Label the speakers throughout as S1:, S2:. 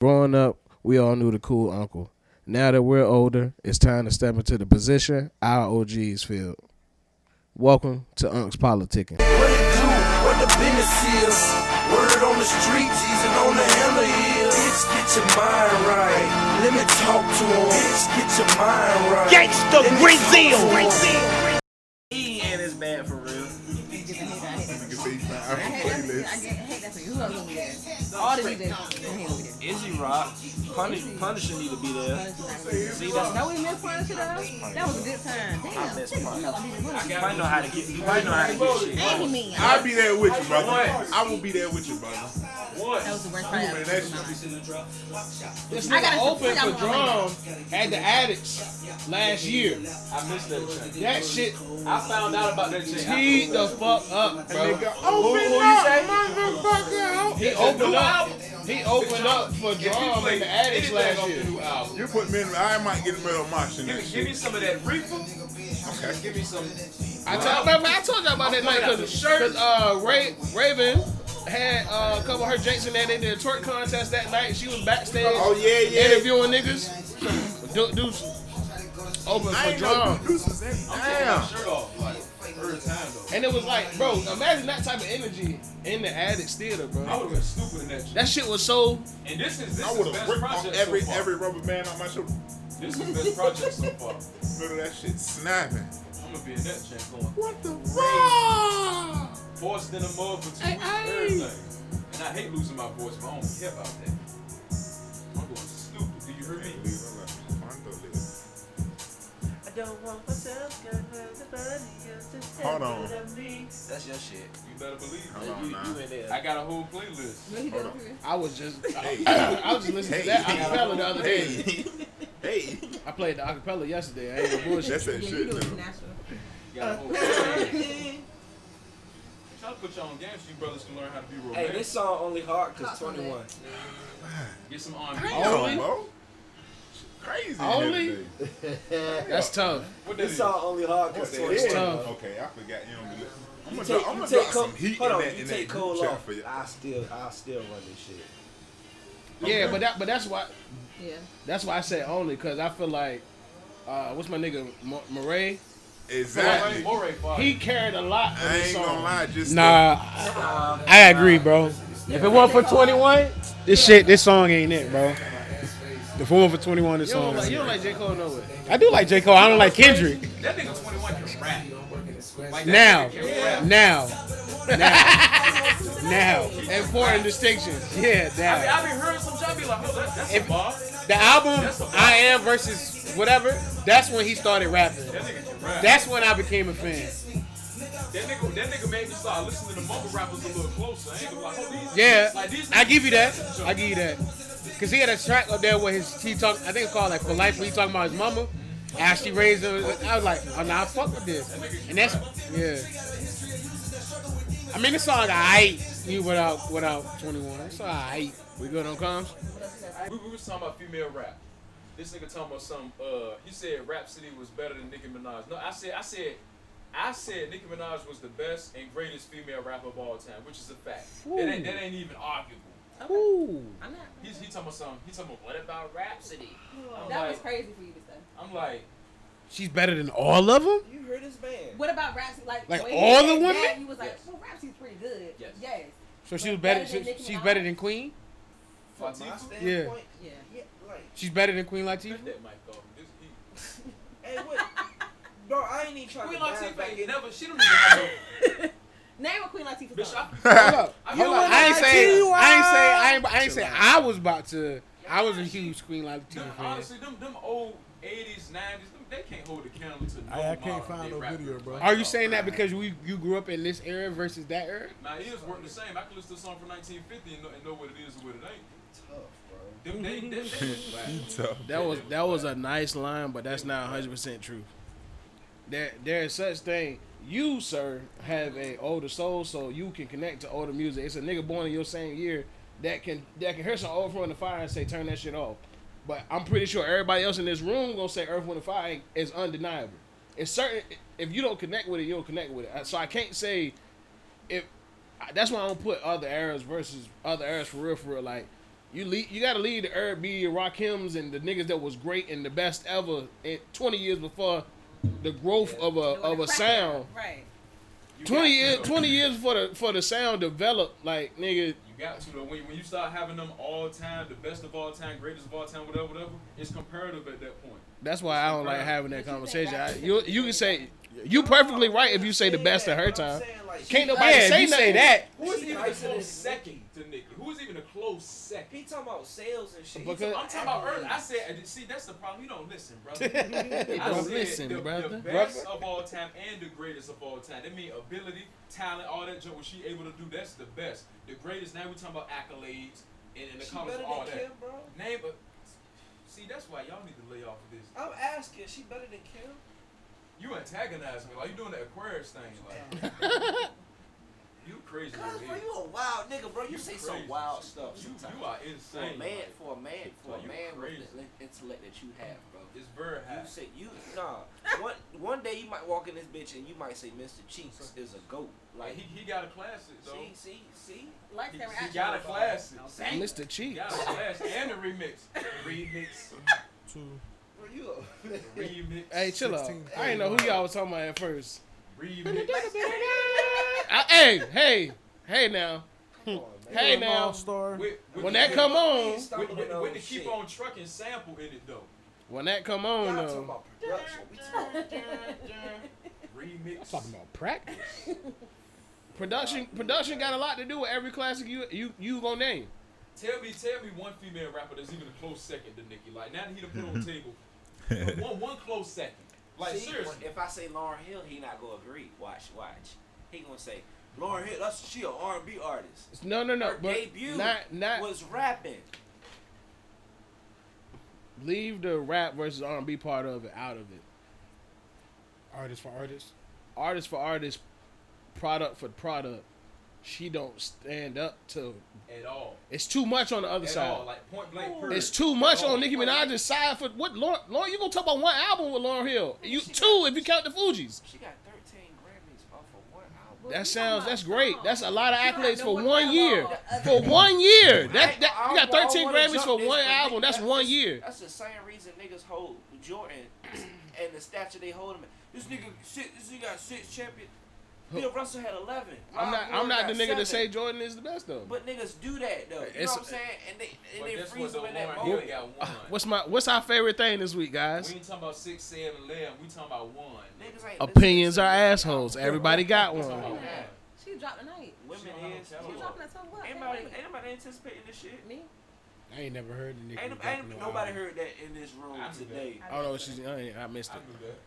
S1: Growing up, we all knew the cool uncle. Now that we're older, it's time to step into the position our OGs filled. Welcome to Unks Politicking.
S2: What it do? What the business is? Word on the street, and on the handle is. Bitch, get your mind right. Let me talk to him. Bitch, get your mind right.
S3: Gangsta
S2: Let me talk
S3: Brazil.
S2: to 'em.
S4: He ain't as bad for real.
S5: I hate that. I get- I hate that for you. Who else gonna be there? All the DJs. I hate with it.
S4: Izzy Rock, Punish, Punisher need to be there. See, that's
S5: No, we missed Punisher though. That was a good time. Damn.
S4: missed
S5: shit, you know I did Punisher.
S4: You probably know how to get. You probably know how to get shit.
S5: And he mean.
S6: I'll be there with you, brother. I will be there with you, brother.
S5: That was the worst part
S6: Man,
S5: ever.
S6: that's
S7: This
S5: I gotta
S7: nigga opened
S5: sit
S7: for
S5: down with my
S7: drum at the Addicts last year.
S4: I missed that shit.
S7: That shit
S4: I found out about that shit. I-
S7: teed the fuck up, bro.
S6: nigga.
S4: Who,
S6: Open
S4: who you
S6: up,
S4: say?
S6: motherfucker.
S7: He opened up. He opened up for drum in the Addicts last year.
S6: out. You put me in. I might get in the middle of mosh in
S4: Give
S6: that
S4: me, give me
S6: shit.
S4: some of that reefer. Okay. Give me some.
S7: I told, remember, I told you about that night because uh, Ray, Raven had uh, a couple of her jakes in there. They did a twerk contest that night. She was backstage
S6: Oh yeah, yeah.
S7: interviewing niggas. Du- Deuce opened
S6: I
S7: for
S6: ain't know
S7: drum.
S6: producers in. Damn.
S4: Shirt off. Like, first time though.
S7: And it was like, bro, imagine that type of energy in the Addicts Theater,
S4: I
S7: bro.
S4: would have been stupid in that shit.
S7: That shit was so
S4: And this is this
S6: I
S4: is
S6: would have
S4: best
S6: ripped off
S4: project
S6: every
S4: so far.
S6: every rubber band on my shoulder.
S4: This is best project so far.
S6: Middle of that shit snapping.
S4: I'm gonna be in that shit going
S6: What the fuck?
S4: forced in the mud for two weeks. Everything. And I hate losing my voice, but I don't care about that. I'm going stupid. Do you hear me?
S6: Hold on.
S4: That's your shit. You better believe
S6: Hold
S8: Oh,
S6: on, man.
S4: it. I got a whole playlist.
S5: What he doing here?
S7: I was just I,
S6: Hey.
S7: I was just listening
S6: Hey.
S7: to that acapella the other day.
S6: Hey. Hey.
S7: I played the acapella yesterday. eh? I ain't gonna bullshit.
S6: That's that
S5: Yeah,
S6: shit,
S5: you do it
S6: though.
S5: natural.
S4: You got a whole playlist. Try to put y'all on game so you brothers can learn how to be romantic.
S8: Hey, this song only hard because
S5: Hot on
S8: 21.
S4: Get some on.
S7: Only?
S6: Damn, bro. Crazy.
S7: Only?
S6: in here today.
S7: That's tough.
S4: What that
S8: This
S4: is?
S8: song only hard because
S6: What the
S8: 21.
S6: hell?
S7: tough.
S6: Okay, I forgot you don't do that. I'm
S8: You
S6: gonna
S8: take,
S6: drop, I'm
S8: you
S6: gonna
S8: take
S6: drop
S8: Cole,
S6: some heat
S8: hold
S6: in
S8: on,
S6: that,
S8: you
S6: in
S8: take
S6: that group
S8: Cole
S6: chat
S8: off.
S6: for you.
S8: I still, I still run this shit.
S7: Yeah, but that but that's why
S5: Yeah.
S7: that's why I said only because I feel like uh, what's my nigga M- Murray?
S6: Exactly.
S7: He carried a lot of
S6: I
S7: this
S6: ain't gonna
S7: song.
S6: lie, just
S9: Nah, I agree, bro. If it weren't for 21, this shit, this song ain't it, bro. If it weren't for 21, this
S7: You don't
S9: song.
S7: like
S9: ain't
S7: you
S9: it.
S7: don't like J Cole no way.
S9: I do like J Cole. I don't like Kendrick.
S4: That nigga 21 can rap. Like, that
S9: Now,
S4: nigga can rap.
S9: now, now, now.
S7: Important distinctions.
S4: I
S9: Yeah,
S4: mean,
S9: now.
S4: I've been hearing some shit. I be like, oh, that, that's a
S9: If-
S4: bar.
S9: The album I Am versus whatever. That's when he started rapping.
S4: That nigga can rap.
S9: That's when I became a fan.
S4: That nigga, that nigga made me start listening to mumble rappers a little closer. I ain't gonna lie. Oh, these-
S9: Yeah,
S4: like, these
S9: I
S4: niggas-
S9: give you that. I give you that. Cause he had a track up there where his he talk. I think it's called like for life. Where he talking about his mama, Ashley raised him. I was like, oh nah, I fuck with this. And that's yeah. I mean, this song I you without without 21. It's I
S7: We good on comms?
S4: We, we was talking about female rap. This nigga talking about some. Uh, he said Rhapsody was better than Nicki Minaj. No, I said, I said, I said Nicki Minaj was the best and greatest female rapper of all time, which is a fact. That ain't, that ain't even arguable.
S9: Ooh.
S5: I'm not.
S4: He's he talking about some. He talking about what about Rhapsody? I'm
S5: That was
S4: like,
S5: crazy for you to say.
S4: I'm like,
S9: She's better than all of them.
S8: You heard this band?
S5: What about Rhapsody? Like,
S9: Like
S5: when he
S9: all the
S5: said
S9: women?
S5: That, you was like,
S4: Yes.
S5: well, Rhapsody's pretty good.
S4: Yes.
S5: Yes.
S9: So she was better. She, she's better than Queen.
S8: From my
S4: Latifah?
S8: standpoint,
S5: Yeah.
S8: yeah, like,
S9: She's better than Queen Latifah.
S4: cut that mic off. This, he,
S8: hey, what? Bro, I ain't even trying
S4: Queen
S8: to dive
S4: Latifah
S8: back
S4: ain't
S8: in.
S4: never. She don't even have
S5: Name a Queen Latifah
S4: no.
S5: song.
S4: Bitch, I,
S9: Hold up.
S4: I,
S9: Hold
S4: feel
S9: up.
S4: like
S9: I ain't say. I ain't say. I ain't, I ain't say. I was about to. I was a huge Queen
S4: them,
S9: Latifah fan.
S4: honestly, them them old '80s, '90s, them, they can't hold a candle to. No
S7: I can't
S4: modern
S7: find
S4: day
S7: no
S4: rapper.
S7: video, bro.
S9: Are you saying that because we you grew up in this era versus that era?
S4: My ears weren't the same. I could listen to a song from 1950 and know, and know what it is and what it ain't. Them, they, they, they,
S6: tough.
S7: That was that was a nice line, but that's not 100 percent true. There there is such thing. You sir have a older soul, so you can connect to older music. It's a nigga born in your same year that can that can hear some old from the fire and say turn that shit off. But I'm pretty sure everybody else in this room gonna say Earth Wind and Fire is undeniable. It's certain if you don't connect with it, you don't connect with it. So I can't say if that's why I don't put other eras versus other eras for real for real. Like You lead, you gotta lead the Herb B, Rakims, and the niggas that was great and the best ever in twenty years before the growth of a
S5: Doing
S7: of
S5: the
S7: a
S5: crack.
S7: sound.
S5: Right.
S4: You got
S7: Twenty
S4: to,
S7: years,
S4: though.
S7: twenty years for the for the sound developed. Like nigga,
S4: You got to though. When, when you start having them all time, the best of all time, greatest of all time, whatever, whatever, it's comparative at that point.
S7: that's why I don't like having that conversation. I, you you can say you perfectly right if you say the best of her time. Can't nobody say
S9: Yeah, if you
S7: nothing.
S9: say that,
S4: Who is
S8: She
S4: even a
S8: nicer than
S4: close
S8: Nicki.
S4: second to Nicki? Who is even a close second?
S8: He talking about sales and shit. He
S7: Because-
S4: I'm talking about early. I said, and see, that's the problem. You don't listen, brother. I
S7: don't
S4: said
S7: listen,
S4: the, The
S7: brother.
S4: best of all time and the greatest of all time. That mean ability, talent, all that junk. What she able to do, that's the best. The greatest. Now we talking about accolades and, and the
S8: She
S4: colors
S8: better
S4: and all
S8: than
S4: that.
S8: Kim, bro.
S4: Name, but see, that's why y'all need to lay off of this.
S8: I'm asking, she better than Kim?
S4: You antagonizing me. Like you doing the Aquarius thing. Like you crazy.
S8: Cause
S4: over
S8: bro,
S4: here.
S8: you a wild nigga, bro. You,
S4: You
S8: say
S4: crazy.
S8: some wild stuff
S4: You,
S8: sometimes.
S4: you are
S3: For a
S4: insane.
S3: man,
S4: like,
S3: for a man, for
S4: Boy,
S3: a
S4: you
S3: man
S4: crazy.
S3: with the le- intellect that you have, bro.
S4: It's very
S3: You
S4: high.
S3: say you nah. One one day you might walk in this bitch and you might say Mr. Cheeks is a goat.
S4: Like
S3: Like
S4: he, he got a classic though.
S3: see see see.
S5: Like
S4: He,
S5: their
S4: he
S5: reaction.
S4: got a classic.
S7: Mr.
S4: He
S7: Cheeks.
S4: got a classic and a remix. Remix.
S8: Bro, you a
S4: Remix.
S7: Hey, chill out. I didn't know who y'all was talking about at first.
S4: Remix.
S7: I, hey, hey, hey now,
S8: Come on, man.
S7: hey now.
S4: With,
S10: star.
S4: with
S7: When
S4: the-
S7: that come on,
S8: He's
S4: with,
S8: stumbling
S4: with, with
S8: on
S4: the keep
S8: shit.
S4: on trucking sample in it though.
S7: when that come
S3: Oh,
S7: on,
S8: Y'all talking
S7: though.
S8: about production. We talking
S4: Remix.
S9: Talking about practice.
S7: Production production got a lot to do with every classic you you you gonna name.
S4: Tell me, tell me one female rapper that's even a close second to Nicki. Like now that he done put on the table, one one close second. Like
S3: see,
S4: seriously.
S3: If I say Lauren Hill, he not gonna agree. Watch watch. He gonna say Lauren Hill. That's she an R and B artist.
S7: No no no,
S3: Her
S7: but
S3: debut
S7: not not
S3: was rapping.
S7: leave the rap versus R and B part of it out of it.
S9: Artist for artist.
S7: Artist for artist, product for product. She don't stand up to.
S4: at all.
S7: It's too much on the other
S4: At
S7: side.
S4: all. Like point blank period.
S7: It's too much
S4: Oh.
S7: on Nicki Minaj's side for what Lauren. Lauren, you gonna talk about one album with Lauren Hill? You two if you count the Fugees.
S3: She got 13 Grammys off of one album.
S7: That sounds that's great. That's a lot of accolades for one year. For
S5: For
S7: one year,
S3: I-
S7: that, that
S3: I
S7: you got
S3: don't- I
S7: 13
S3: don't wanna
S7: Grammys
S3: jump
S7: for
S3: this,
S7: one
S3: but
S7: album. That's
S3: that-
S7: one year.
S3: That's the same reason niggas hold Jordan and the stature they hold him. at. This nigga, six, this nigga got six champion. Bill Russell had 11.
S7: I'm
S3: Rob
S7: not
S3: Gordon
S7: I'm not the
S3: got
S7: nigga
S3: seven.
S7: to say Jordan is the best though.
S3: But niggas do that though. You
S7: It's-
S3: know what I'm saying? And
S4: But
S3: they and they
S4: guess
S3: freeze
S4: what,
S3: them
S4: though,
S3: in that
S4: Lauren Hill
S3: moment.
S4: got one.
S7: What's my what's our favorite thing this week,
S4: we
S7: guys?
S4: ain't talking about six, seven, eleven. We talking about one.
S3: Niggas ain't listening
S7: Opinions
S3: to
S7: are
S3: them.
S7: assholes. Everybody got
S4: We talking about
S7: one.
S4: one.
S5: She dropped tonight.
S3: Women
S4: She don't
S3: is.
S4: have
S5: She
S4: catalog.
S5: dropping that song. What?
S3: Anybody,
S5: Hey, wait.
S3: anybody anticipating this shit?
S5: Me?
S9: I ain't never heard the nigga.
S3: Ain't,
S9: dropping
S3: ain't
S9: no
S3: nobody
S9: album.
S3: heard that in this room
S4: I do that.
S3: today.
S7: I don't know what she's I, ain't- I missed
S4: I
S7: it.
S4: knew that.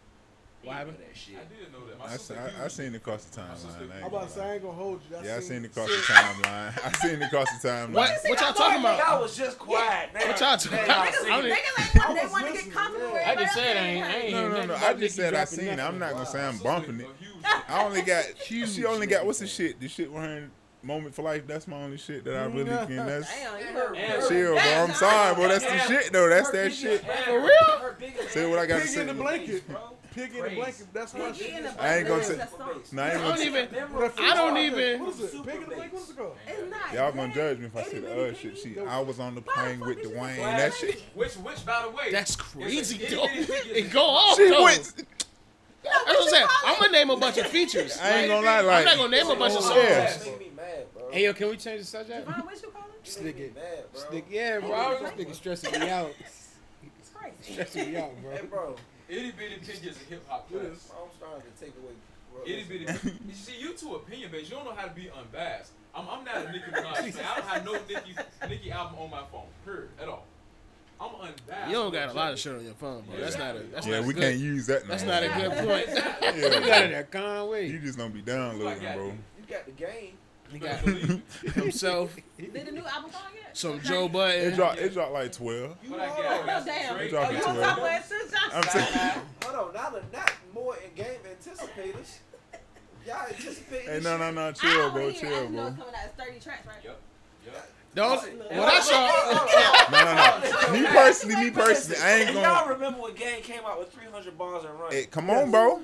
S7: What happened?
S3: That shit.
S4: I did know that. My
S6: I,
S4: sister
S6: seen, I, I
S4: Cutie.
S6: seen it across the
S4: My sister-
S6: timeline. I ain't
S10: I'm
S6: gonna
S10: about to say, I
S6: lie.
S10: ain't gonna hold you. I
S6: Yeah, I
S10: seen
S6: seen it across the timeline. I seen it across the timeline.
S7: What what y'all talking
S3: Y'all
S7: about?
S3: was just quiet. Now,
S7: What y'all talking
S3: now y'all
S7: about?
S3: seen
S7: I don't
S3: it.
S7: even-
S5: Niggas ain't want-
S10: I
S5: they
S10: was
S5: want to get
S10: listening,
S5: comfortable.
S10: yeah.
S5: with
S7: I just said
S5: everybody
S7: I
S5: else.
S7: ain't. I ain't
S6: No, no,
S7: nothing
S6: no.
S7: about
S6: I
S7: Nicki
S6: just said I
S7: dropping
S6: seen it.
S7: nothing.
S6: I'm not gonna say I'm
S4: My sister
S6: bumping it.
S4: a huge-
S6: I only got she only got what's the shit? The shit with her moment for life. That's my only shit that I really can. That's
S5: Damn, you heard
S4: And
S6: chill, bro.
S5: Damn,
S6: I'm
S5: nah,
S6: sorry, bro.
S5: nah,
S6: That's the
S4: nah.
S6: shit though. That's that shit.
S4: For real?
S8: Her biggest
S6: Say what I gotta
S10: Pig
S6: say.
S10: in the blanket.
S8: bro.
S10: Pig in the
S4: Crazy.
S10: blanket. That's my
S5: Piggy in
S10: shit.
S5: the
S6: I ain't gonna
S5: Bucket
S6: say-
S5: is a song.
S6: Nah, I ain't
S7: I don't
S6: gonna-
S7: even
S10: I
S7: don't even-
S10: What is it? Pig in the blanket. What is it called?
S5: It's not.
S6: Y'all gonna
S5: good.
S6: judge me if I
S5: Itty
S6: say the
S5: bitty
S6: other shit.
S5: piggy.
S6: She, I was on the plane with
S5: fuck is
S6: Dwayne.
S5: this
S6: That shit.
S4: Which, which, by the way,
S7: That's
S4: is
S7: crazy
S4: a- itty
S7: though.
S4: bitty piggy is
S7: It
S4: a-
S7: go off
S6: She
S7: though.
S6: went.
S7: That's what I'm saying. I'm gonna name a bunch of features.
S6: I
S7: Like,
S6: ain't gonna lie,
S7: I'm
S6: like
S7: not gonna name a bunch of songs.
S6: Yeah.
S8: That make me mad, bro.
S9: Hey yo, can we change the subject?
S5: Ron, what you call it?
S9: This
S8: Make me
S9: nigga,
S8: mad, bro.
S9: this nigga, yeah, bro. I was just nigga stressing me out,
S5: It's crazy.
S9: stressing me out, bro.
S8: Hey, bro.
S4: Itty Bitty Piggy is a hip hop
S8: Bro,
S4: class.
S8: I'm starting to take away. bro.
S4: Itty bitty. You see, you two opinion based. You don't know how to be unbiased. I'm, I'm not a Nicki Minaj fan. I don't have no Nicki Nicki album on my phone. Period. At all. I'm unbiased.
S7: You don't got a lot of shit on your phone, bro. That's not a. That's
S6: Yeah,
S7: not a
S6: we
S7: good,
S6: can't use that. no
S7: That's
S6: more.
S7: not a good point.
S9: You
S6: Yeah.
S9: got it there, Conway.
S6: You just gonna be downloading, bro.
S8: You got the game.
S4: You better believe it.
S7: Himself,
S5: Did the new album come out yet?
S7: some Joe
S6: It
S7: Budden.
S6: dropped. It dropped like twelve.
S8: You hold
S4: What I
S8: on.
S4: got? I got
S5: No, damn.
S4: some Drake.
S6: It dropped
S5: You
S6: like
S5: don't
S6: twelve.
S5: talk about it since y'all
S6: I'm saying.
S8: Hold on, not, not more in game anticipators. Y'all anticipating
S6: Hey,
S8: this
S6: no,
S8: shit?
S6: no, no.
S5: I
S6: Chill,
S5: don't
S6: bro.
S5: hear it. I
S6: Chill,
S5: just know
S6: bro.
S5: it's coming out. It's 30 tracks, right?
S4: Yup. Yup.
S7: Don't. What I saw.
S6: No, no, no. Me personally, me personally, I ain't
S3: And y'all
S6: gonna.
S3: remember when Gang came out with 300 bars and run?
S6: Hey, come on, bro.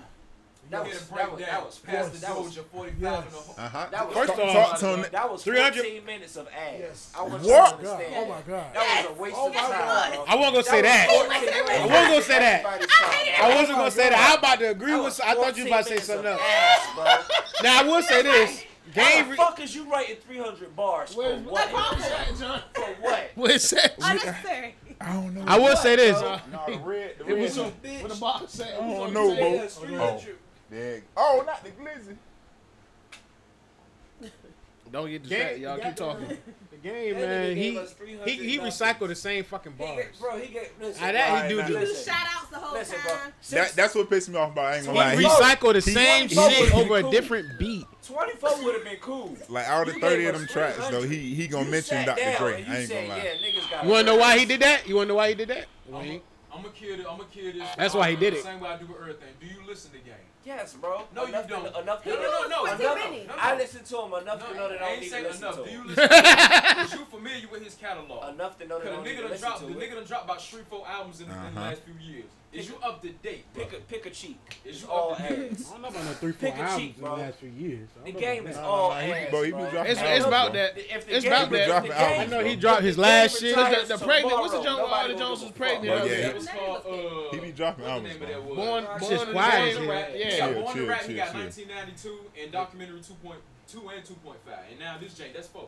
S8: That
S4: You
S8: was
S4: get a
S8: that was
S4: breakdown.
S8: that was
S4: Pass
S8: fast.
S4: the
S8: That was
S4: soldier 45 and a ho-
S6: Uh-huh.
S8: That was
S6: First
S8: that
S6: off,
S8: was-
S6: Tony-
S8: that was
S9: 300
S8: 14 minutes of ass. I want you to
S6: What?
S8: understand.
S10: Oh my God.
S8: That was a
S9: Oh
S8: waste of time. bro.
S9: I wasn't gonna say
S8: That was
S9: that.
S8: 14
S9: I wasn't gonna say that.
S8: Everybody's talking.
S9: I wasn't gonna say that. I'm about to agree with. I thought you was about to say
S8: 14
S9: something
S8: minutes
S9: else.
S8: of Ass, bro.
S9: Now I will say this.
S8: How
S9: Game.
S8: the
S9: Re-
S8: fuck is you writing 300 bars for what? For what?
S1: What it said?
S5: Unnecessary.
S6: I don't know.
S9: I will say this.
S7: Uh,
S6: Nah, the red. The
S7: It was
S6: red.
S7: some bitch. What the box said.
S6: I don't know, bro.
S3: That's 300.
S6: Dang. Oh, not the glizzy.
S7: Don't get distracted, y'all. Keep talking.
S9: The game,
S3: That nigga
S9: man.
S3: gave
S9: He
S3: us 300
S9: he he recycled the same fucking
S3: He
S9: bars.
S3: get- Bro, he get listen.
S9: I that he
S6: Alright,
S9: do
S6: now
S9: do.
S5: Do
S3: listen.
S5: shout outs the whole
S3: Listen, bro.
S5: time.
S6: That, that's what pissed me off about. I ain't gonna
S9: He
S6: lie. He,
S9: recycled the
S6: he-
S9: same
S6: he-
S9: shit
S3: he-
S9: over a
S3: cool.
S9: different beat.
S3: 24 would have been cool.
S6: like out of the
S3: You
S6: thirty
S3: gave
S6: of
S3: us
S6: them tracks, though, he he gonna
S3: You
S6: mention
S3: sat
S6: Dr.
S3: down
S6: Dre.
S3: and you
S6: I ain't
S3: said,
S6: gonna lie.
S3: Yeah, niggas got
S9: You wanna know why he did that? You wanna know why he did that? Wayne?
S4: I'm gonna kill this. I'm gonna kill this. uh,
S9: That's why he did it.
S4: Same way I do with everything. Do you listen to game?
S3: Yes, bro.
S4: No, you
S3: enough to-
S4: don't.
S3: enough to
S5: He
S3: know-
S5: do it for too
S3: enough-
S5: many.
S3: I listen to him enough to know that I
S4: I
S3: don't
S4: ain't
S3: need
S4: saying
S3: to listen
S4: enough.
S3: to
S4: Do you
S3: him.
S4: listen? Is you familiar with his catalog?
S3: Enough to know
S4: Cause
S3: that I
S4: the
S3: don't need
S4: nigga
S3: to
S4: done
S3: listen
S4: dropped the
S3: to
S4: nigga
S3: it.
S4: done dropped about three, four albums in the, in the
S6: Uh-huh.
S4: last few years. Is you up to date? bro?
S3: Pick a pick a cheat.
S4: Is
S3: It's
S4: you
S3: all
S4: up to date?
S9: I
S3: ass.
S9: don't know about no three, four
S3: Pick a
S9: albums
S3: cheap,
S9: in the
S3: bro.
S9: last few years. I don't
S3: The
S9: know
S3: game
S9: about
S3: is
S9: that.
S3: all
S6: nah, he-
S3: ass.
S6: bro, he be dropping
S9: It's,
S6: Nah,
S9: it's
S6: bro.
S9: about that.
S3: If
S9: It's
S3: the game-
S9: about
S6: People
S9: that.
S6: dropping
S3: the
S6: albums.
S9: I know he
S6: bro.
S9: dropped his last
S3: If the
S9: shit.
S3: game
S9: The, the
S3: retires
S9: pregnant. What's the Jones?
S3: tomorrow,
S9: Uh, the
S3: nobody
S9: Jones was
S3: gonna
S9: pregnant.
S6: fuck.
S9: uh,
S6: Yeah,
S4: It
S6: he-
S4: was called. Uh,
S6: He be dropping
S4: what's
S6: albums,
S4: the name of that
S6: bro.
S4: was?
S9: Born,
S4: Born
S9: born in
S4: to
S9: the quiet.
S4: Rap. He
S9: Yeah.
S4: got
S6: Chill,
S4: Born to
S6: chill,
S4: Rap. He got
S6: chill,
S4: 1992 and documentary 2.2 and 2.5. And now this Jay, that's four.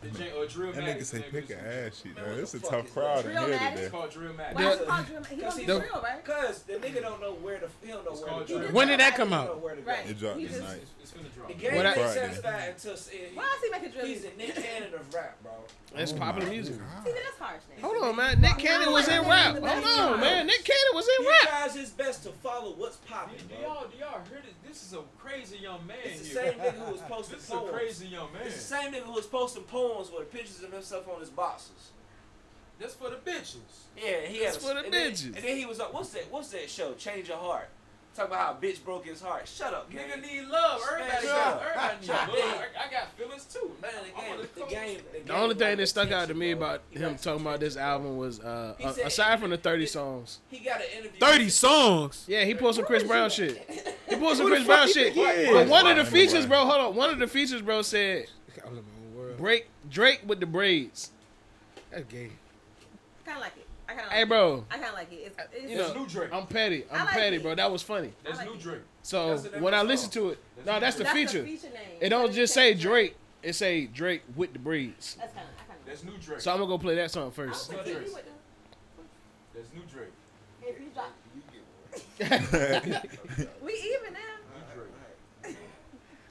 S4: The Jay or Drill
S6: That
S4: Maddox
S6: nigga say
S4: name
S6: pick
S4: is-
S6: an ass shit,
S4: Man,
S6: man.
S4: what
S6: It's
S4: the
S6: a
S4: fuck
S6: tough
S4: is
S6: crowd in
S5: that?
S6: here
S5: Real Maddox?
S4: It's
S6: today.
S4: called Drill Maddox.
S5: Why is Paul Drummond? He
S3: Cause
S5: don't
S3: he-
S5: be real, right?
S3: Cause the nigga don't know where to. He don't know where to
S4: called
S3: go.
S4: Drill
S9: When did that
S3: He
S9: come
S3: don't
S9: out?
S3: know where to go.
S5: Right.
S6: It dropped
S5: He
S6: this
S5: just-
S6: night.
S4: It's- It's finna drop.
S3: The game
S9: What I-
S3: ain't satisfied until
S5: Why is he making drill
S3: he's
S5: music?
S3: a Nick Cannon of rap, bro.
S7: That's
S9: Mm-hmm.
S7: popular music.
S5: See, that's harsh now.
S7: Hold on, man. Nick Cannon was in rap. Hold on, man. Nick Cannon was in
S3: He
S7: rap.
S3: tries his best to follow what's
S4: Do
S3: popping,
S4: do
S3: bro.
S4: y'all, do y'all hear this? This is a crazy young man
S3: It's the
S4: here.
S3: same nigga who was posting
S4: This is a
S3: poems.
S4: crazy young man.
S3: It's the same nigga who was posting poems with pictures of himself on his boxes.
S4: That's for the bitches.
S3: Yeah, he had
S7: That's
S3: a-
S7: for the
S3: and then-
S7: bitches.
S3: and then he was like, "What's that? What's that show? Change Your Heart." Talk about how a bitch broke his heart. Shut up, gang.
S4: Nigga need love. Everybody
S3: Smash
S4: got,
S3: up.
S4: everybody need
S3: Hot
S4: love.
S3: damn.
S4: I, I got feelings too. Man, I wanna
S3: The
S4: come-
S3: game. The, game,
S7: The only thing that stuck out to me
S3: bro.
S7: about
S3: He
S7: him
S3: got
S7: talking about this
S3: attention, bro.
S7: album was, uh,
S3: He
S7: uh,
S3: said-
S7: aside from the 30 songs.
S3: He got an interview.
S9: 30 songs.
S7: Yeah, he pulled some Chris Brown shit. He pulled some
S9: Who the
S7: Chris Brown
S9: fuck
S7: shit.
S9: he is?
S7: But one of the
S6: Why?
S7: features, bro, hold on. One of the features, bro, said
S9: I was in my own world.
S7: break Drake with the braids.
S9: That's gay.
S5: Kind of like it. I kind of.
S7: Hey, bro, Uh,
S5: I kind of like it. It's, it's,
S7: you
S4: That's
S7: know,
S4: new Drake.
S7: I'm petty.
S5: I
S7: I'm
S5: like
S7: petty,
S5: it.
S7: bro. That was funny.
S4: That's
S5: I like
S4: new
S5: it.
S4: Drake.
S7: So
S4: That's the name
S7: when
S4: of
S7: I
S4: the
S7: listen
S4: song.
S7: to it, no, that's the
S5: that's
S7: feature.
S5: the feature name.
S7: It don't just say Drake. It say Drake with the braids.
S5: That's kind of. I kind of.
S4: That's new Drake.
S7: So I'm gonna go play that song first.
S5: I would with
S4: That's new Drake.
S5: the. If you drop, we even now.
S4: New Drake.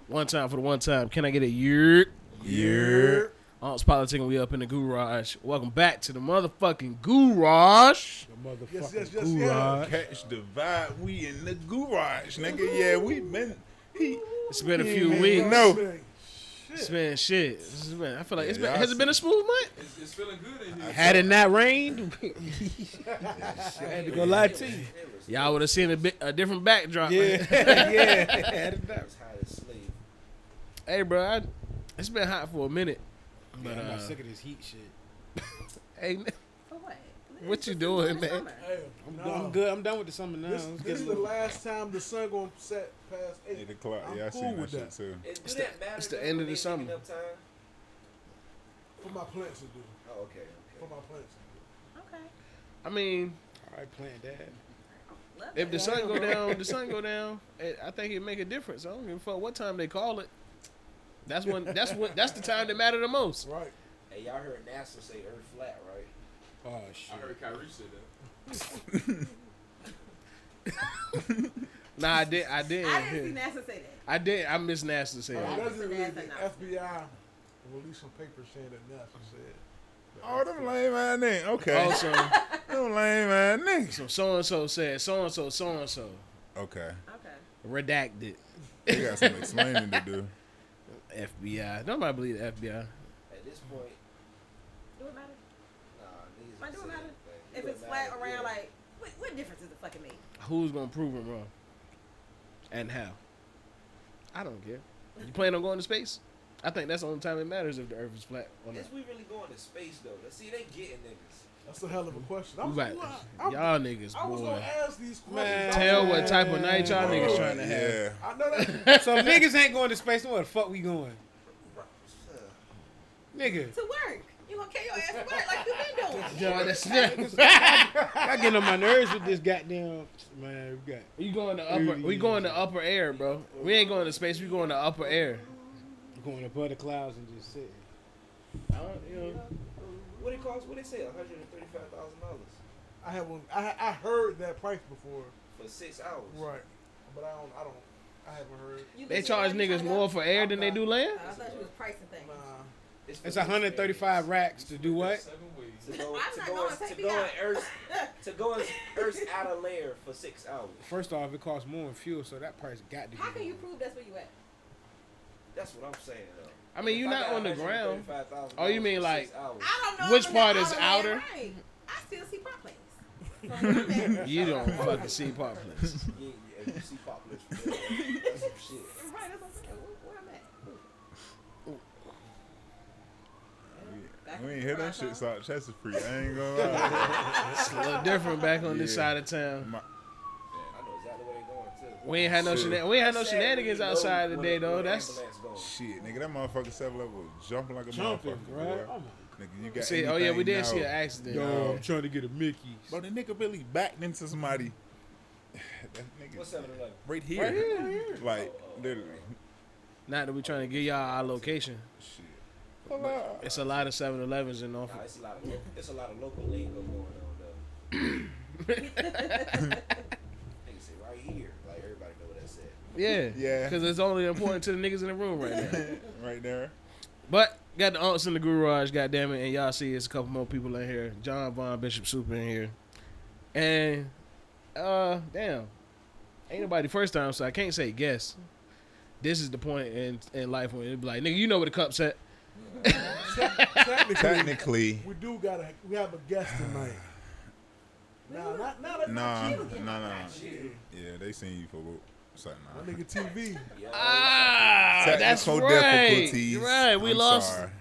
S7: One time for the one time. Can I get a yurt?
S6: Yeah.
S7: Aunts politic and we up in the garage. Welcome back to the motherfucking garage.
S9: The motherfucker.
S10: Yes, yes, yes, yeah.
S9: Hoorah.
S6: Catch the vibe. We in the garage, nigga. Yeah, we been. He,
S7: It's been a few
S6: man,
S7: weeks.
S6: No.
S7: It's been shit. It's been, I feel like it's
S6: Yeah,
S7: been.
S6: y'all
S7: Has it been a smooth month?
S4: It's, it's feeling good in here.
S7: Had it not rained,
S9: I had to go lie to you.
S7: y'all would have seen a bit a different backdrop.
S9: Yeah, yeah.
S8: It's hot as slave.
S7: hey, bro, I, it's been hot for a minute. But
S9: Man, I'm
S7: uh,
S9: not sick of this heat shit.
S7: hey,
S5: For what?
S7: What you doing, man?
S9: I'm,
S10: No.
S9: I'm good. I'm done with the summer now.
S10: This,
S9: Let's get
S10: this
S9: a
S10: is the
S9: little-
S10: last time the sun gonna set past eight.
S6: eight o'clock.
S10: I'm
S6: Yeah, I
S10: cool
S6: seen that
S10: with
S6: shit
S10: that.
S6: too.
S3: It's,
S7: It's the- it's the end of the summer.
S10: For my plants to do.
S8: Oh, okay.
S10: For my plants.
S5: Okay.
S7: I mean,
S9: All right, plant dad.
S5: Love
S7: if
S5: that.
S7: the sun go down, the sun go down. It, I think it make a difference. I don't give a fuck what time they call it. That's when. That's when. That's the time that matter the most.
S10: Right.
S8: Hey, y'all heard NASA say Earth flat, right?
S9: Oh
S4: I
S9: shit.
S4: heard Kyrie say that.
S7: Nah, I did. I did.
S5: I didn't see NASA say that.
S7: I did. I miss Nasty saying.
S10: Uh,
S7: that.
S6: Oh,
S10: that's the reason
S5: That's enough.
S10: the FBI released some papers saying that NASA said.
S6: Oh, them lame ass niggas. Okay.
S7: Also,
S6: Them lame ass niggas.
S7: so so and so said so and so so and so
S6: Okay.
S5: Okay.
S7: redacted
S6: They got some explaining to do.
S7: FBI. Nobody believe the FBI.
S8: At this point,
S4: Mm-hmm.
S5: Do it matter?
S8: nah, niggas
S5: Why do it
S8: say
S5: matter?
S8: anything.
S5: If
S8: It
S5: it's
S8: don't
S5: flat
S8: matter,
S5: around,
S8: yeah.
S5: like, what, what difference does it fucking make?
S7: Who's gonna prove him wrong? And how? I don't care. You plan on going to space? I think that's the only time it matters if the Earth is flat or not.
S8: Is we really going to space though? Let's see, they getting niggas.
S10: That's a hell of a question. I'm,
S7: Right.
S10: I'm-
S7: Y'all niggas,
S10: I was
S7: boy.
S10: gonna ask these questions.
S7: Tell what type of night y'all niggas trying to have.
S10: I know that.
S9: so if niggas ain't going to space, then where the fuck we going? Nigga.
S5: To work. You gonna carry your ass to work like you been doing.
S9: John, that's I get on my nerves with this goddamn man. We got
S7: You going to upper? We going to upper air, bro. We ain't going to space. We going to upper air.
S9: going above the clouds and just sitting.
S7: I don't, you know,
S3: What it cost? What they say? One hundred and thirty-five thousand dollars
S10: I have one. I I heard that price before.
S3: for six hours.
S10: Right. But I don't. I don't. I haven't heard.
S5: You
S7: they
S5: was-
S7: charge
S5: you
S7: niggas
S5: signed
S7: more
S5: up?
S7: for air than they do land.
S5: Oh, I thought you was pricing things.
S10: Nah.
S3: for
S9: It's
S3: the
S9: 135 racks to do what?
S4: Seven weeks.
S3: To go,
S5: I'm
S3: to
S5: not
S3: go,
S5: going,
S3: in-
S5: take
S3: to
S5: me
S3: go in
S5: out.
S3: Earth's, to go in Earth's outer layer for six hours.
S9: First off, it costs more in fuel, so that price got to be.
S5: How can
S9: more.
S5: you prove that's where you at?
S3: That's what I'm saying. Though.
S7: I mean,
S3: If
S7: you're
S3: I
S7: not
S3: got
S7: on the ground.
S3: $135,000
S7: Oh, you mean
S3: for
S7: like-
S3: six hours,
S5: I don't know.
S7: Which
S5: if I'm
S7: part
S5: in
S7: is
S5: outer
S7: outer?
S5: land, Right. I still see prop planes. So where I'm at.
S7: You don't fucking see pop plates.
S3: you, ain't- you see populace. from there. That's some shit.
S5: Right, that's what I'm saying. Where, where I'm at. Back
S6: We
S5: in
S6: ain't
S5: the
S6: hear
S5: prime
S6: that shit
S5: time.
S6: so Chester free. I ain't gonna lie.
S7: It's a little different back on this
S6: Yeah.
S7: side of town.
S3: I know exactly where they're going to.
S7: We ain't had no
S6: Shit.
S7: shenan- we ain't had no
S3: I said we
S7: shenanigans
S3: know
S7: outside
S3: where
S7: today
S3: the-
S7: though.
S3: where the
S7: That's
S3: ambulance going.
S6: Shit, nigga, that motherfucker seven level was jumping like a
S9: Jumping,
S6: motherfucker.
S9: bro.
S6: boy.
S9: Oh my
S6: Nigga, you got
S7: see. Oh yeah, we
S6: anything
S7: did see an
S6: now.
S7: accident.
S9: Yo, I'm trying to get a Mickey.
S6: Bro, the nigga really backed into somebody. that nigga
S3: What's 7 Eleven?
S6: right here.
S7: Right here, right here.
S6: Like, literally.
S7: Not that we trying to give y'all our location.
S6: Shit. Hello.
S7: It's a lot of 7-Elevens in Norfolk.
S3: Nah, it's a lot of lo- it's a lot of local lingo going on though. Niggas say right here, like everybody know what that said.
S7: Yeah.
S6: Yeah.
S7: Because it's only important to the niggas in the room right now.
S6: Right there.
S7: But got the aunts in the garage, goddamn it, and y'all see it's a couple more people in here. John Von Bishop Super in here, and uh, damn, ain't nobody first time, so I can't say guess. This is the point in in life when it be like, nigga, you know where the cup's at.
S10: Technically,
S6: Technically.
S10: we do got a. We have a guest tonight. Nah, not not a,
S6: Nah,
S5: you
S6: nah, nah.
S10: Yeah.
S6: Yeah, they seen you for what? So,
S10: My
S6: nah.
S10: nigga TV.
S3: Yeah,
S7: Ah, that's right. You're right, we
S6: I'm
S7: lost. uh,
S6: sorry.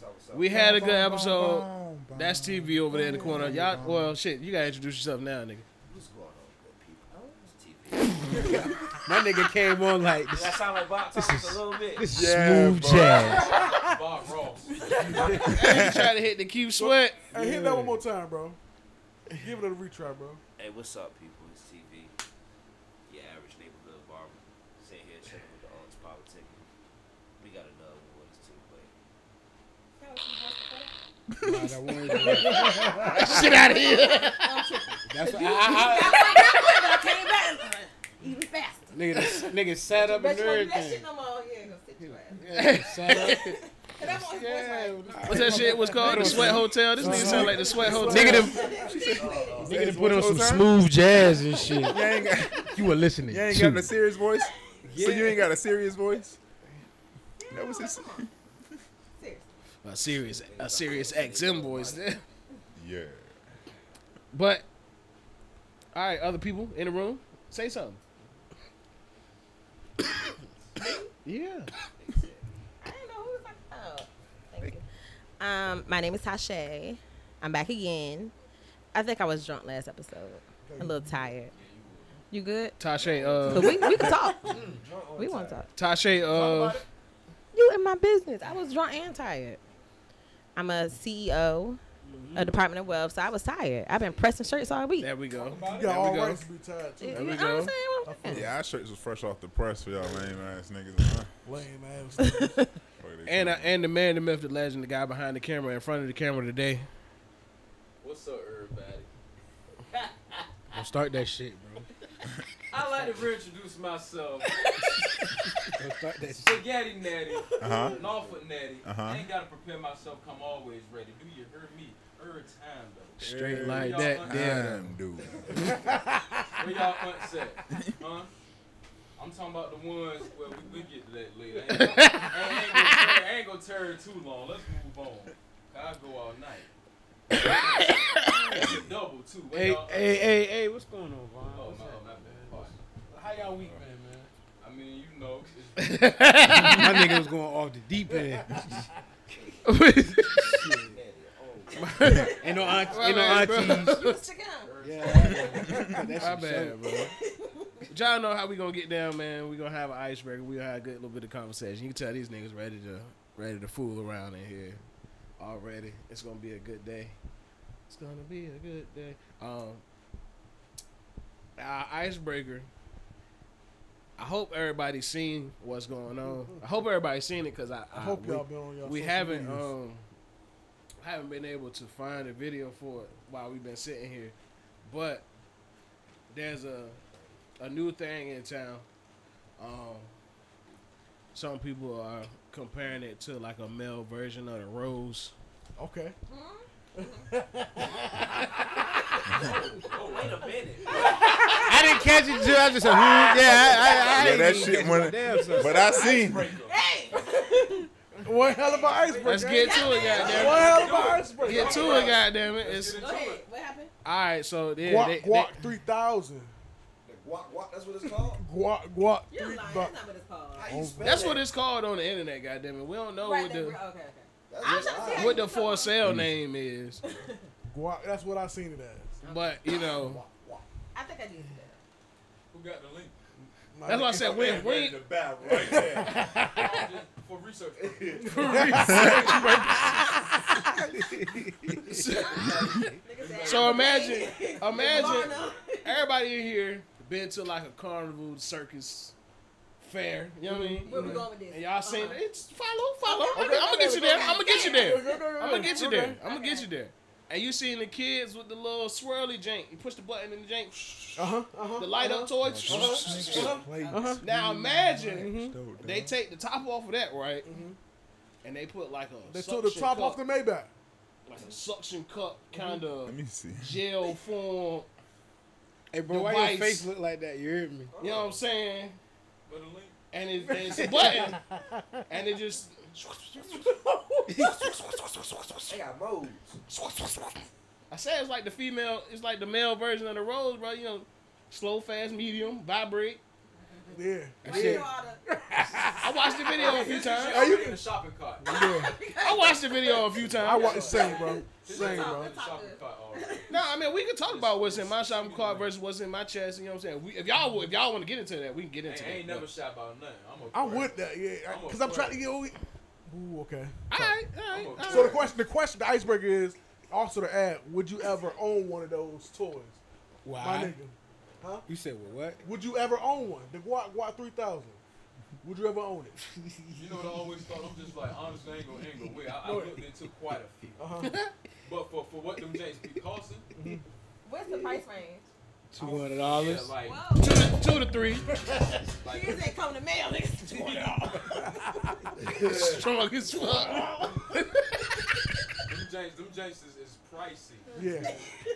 S3: so, so.
S7: We had a good episode.
S6: Oh,
S7: That's TV over there in the corner. Y'all, well, shit, you gotta introduce yourself now, nigga.
S3: what's going on, good people? It's TV.
S9: My nigga came on like
S3: Does that sound like Bob Thomas a little bit?
S9: this
S6: Yeah,
S9: smooth
S6: bro.
S9: jazz.
S4: Bob Ross.
S7: You try to hit the Q sweat.
S10: Hey, hit that one more time, bro. Give it a retry, bro.
S3: Hey, what's up, people? It's TV. Your average neighborhood barber sitting here chilling with the aunts politic. We got another one with us too,
S5: That was
S3: but
S5: some work for that.
S9: Nah, that one is right.
S7: Shit out of here.
S9: That's what I, I, I,
S5: I came back and, even faster.
S9: nigga, this, nigga sat up
S5: Bet
S9: and
S5: you won't do that
S9: everything.
S5: shit no more. Yeah, gonna sit your ass.
S9: Yeah, sat up.
S5: Cause that won't his voice
S9: Yeah,
S5: right.
S7: What's that shit? What's called the Sweat Hotel? This nigga sound like the Sweat Hotel.
S9: Nigga, them-
S5: Exactly.
S9: Nigga done put on some smooth jazz and shit.
S6: You ain't got,
S9: You were listening.
S6: you ain't
S9: to.
S6: got a serious voice? So you ain't got a serious voice? That was his.
S5: Seriously.
S7: a serious a serious XM voice there.
S6: Yeah.
S7: But all right, other people in the room, say something. yeah.
S5: I didn't know who was like, oh, thank you. Um, my name is Tasha. I'm back again. I think I was drunk last episode. A little tired. You good?
S7: Tasha
S5: But
S7: uh
S5: we, we can talk.
S9: Mm,
S5: we want to talk.
S7: Tasha uh
S5: You in my business. I was drunk and tired. I'm a CEO
S9: Mm-hmm.
S5: of Department of Wealth, so I was tired. I've been pressing shirts all week.
S7: there we go.
S10: You
S7: There
S10: got all
S7: we go.
S10: rights to be tired, too.
S5: You
S7: we
S5: know what I'm
S7: go.
S5: saying? What I'm saying?
S6: Yeah, our shirts was fresh off the press for y'all lame ass niggas. Huh?
S10: Lame ass.
S6: Fuck, they
S7: And uh,
S6: cool.
S7: and the man, the myth, the legend, the guy behind the camera, in front of the camera today.
S4: What's up, everybody?
S9: Don't start that shit, bro.
S4: I like to reintroduce myself.
S9: Don't start that shit.
S4: Spaghetti Natty,
S6: Uh-huh.
S4: Norfolk Natty.
S6: Uh-huh.
S4: I ain't gotta prepare myself. Come always ready. Do you hear me? Every time though.
S7: Straight
S6: Yeah.
S7: like that, there.
S6: Damn, dude.
S4: Where y'all hunts at? Huh? I'm talking about the ones where we, we get to that later. I ain't, gonna- I ain't gonna tarry I ain't gonna tarry too long. Let's move on. I go all night. Double too. Where
S9: Hey,
S4: y'all hunts
S9: hey,
S4: at?
S9: hey, hey, what's going on, Vaughn?
S4: Oh,
S9: What's
S4: my,
S9: up,
S4: my bad. Pardon.
S9: man? How y'all week been, man?
S4: I mean, you know, it's,
S9: My nigga was going off the deep end.
S7: All
S3: Natty, oh,
S7: ain't no aunt,
S9: My
S7: ain't no
S9: bad, bro.
S7: aunties.
S5: You was to come.
S9: Yeah,
S7: That's
S9: my
S7: some
S9: bad, bro. But y'all know how we gonna get down, man. We gonna have an icebreaker. We gonna have a good little bit of conversation. You can tell these niggas ready to ready to fool around in here already. It's gonna be a good day. It's gonna be a good day. Um, our icebreaker. I hope everybody's seen what's going on. I hope everybody's seen it because I,
S10: I hope
S9: we-
S10: y'all been on y'all.
S9: we
S10: social
S9: haven't
S10: medias.
S9: um haven't been able to find a video for it while we've been sitting here, but there's a a new thing in town. Um, some people are comparing it to like a male version of the rose.
S10: okay.
S11: Oh, wait a minute.
S7: I didn't catch it, too. I just said, hmm, yeah, I, I, I
S6: Yeah, that
S7: ain't
S6: shit went.
S9: Damn, son.
S6: But I seen.
S5: Hey,
S10: What hell of an icebreaker?
S9: Let's get to it,
S10: What
S9: goddamn.
S10: hell of an icebreaker?
S9: Get to it, goddamn it. It's
S5: go ahead. What happened?
S9: all right. So then
S10: Guac
S9: they,
S10: Guac three thousand.
S3: Guac, guac, that's what it's called?
S10: Guac Guac
S5: You're
S10: three
S5: lying. That's
S10: thousand.
S5: not what it's called.
S3: How you spell
S9: that's
S3: that?
S9: what it's called on the internet. Goddamn it. We don't know
S5: Right
S9: what
S5: there.
S9: the
S5: Okay, okay.
S3: That's
S5: I'm
S3: what
S5: trying to see
S3: I-
S5: how
S9: what
S5: you
S9: the
S5: come
S9: for
S5: up-
S9: sale name is.
S10: Guac. That's what I seen it as.
S9: But you know,
S5: I think I used it.
S4: Who got the link?
S10: My
S9: that's why I
S10: nigga-
S9: said when we
S3: the battle right there.
S4: Just for research.
S5: Nigga said,
S9: so
S5: "I'm
S9: imagine
S5: gay."
S9: imagine
S5: Lana.
S9: everybody in here been to like a carnival circus fair. You know what I mean?
S5: Where we going with this?
S9: And y'all seen
S5: Uh-huh.
S9: it's follow follow.
S5: Okay,
S9: I'm gonna
S5: okay,
S9: get you there.
S5: okay.
S9: I'm gonna get you there. I'm gonna get you there.
S10: Okay.
S9: I'm gonna get you there. And you seen the kids with the little swirly jank. You push the button and the jank.
S10: Uh-huh. Uh-huh.
S9: The light up toys. Now imagine
S10: Mm-hmm.
S9: they take the top off of that, right? Mm-hmm. And they put like a
S10: They took the
S9: suction
S10: top
S9: cup-
S10: off the Mm-hmm. Maybach.
S9: like a suction cup kind of
S6: Let me see.
S9: gel form.
S7: Hey, bro, why
S9: Device.
S7: your face look like that? You heard me?
S9: You know what I'm saying?
S4: But the link.
S9: And it, it's a button, and it just
S3: They got modes.
S9: I said it's like the female, it's like the male version of the rose, bro. You know, slow, fast, medium, vibrate.
S10: Yeah.
S5: Why you all the-
S9: I watched the video a few times.
S4: Are you in the shopping cart?
S10: yeah.
S9: I watched the video a few times.
S10: I watch the same, bro.
S4: This
S10: Same,
S4: is
S10: bro.
S4: in the shopping cart already.
S9: No, I mean we can talk about what's in my shopping cart versus what's in my chest. You know what I'm saying? We, if y'all if y'all want to get into that, we can get into
S4: Ain't, ain't
S9: that.
S4: never shot about nothing. I'm a
S10: I
S4: player.
S10: would that, yeah,
S4: I'm a
S10: because I'm trying to
S4: player.
S10: get. over- Ooh, okay.
S9: All right, all right.
S4: I'm a-
S9: all
S10: So the
S9: right.
S10: question, the question, the icebreaker is also to add: Would you ever own one of those toys, my
S7: Why?
S10: nigga?
S7: You said, well, what?
S10: Would you ever own one? The Guac Guac three thousand. Would you ever own it?
S4: You know what I always thought? I'm just like, honestly, I ain't gonna ain't gonna wait. I, I looked into quite a few.
S10: Uh-huh.
S4: But for, for what them James be costing,
S5: What's the price range?
S7: Two hundred
S4: yeah,
S7: dollars.
S4: like,
S5: Whoa.
S9: Two to, two to three.
S5: These ain't coming to mail, nigga.
S9: Strong as fuck.
S4: them James, them James is, is pricey.
S10: Yeah.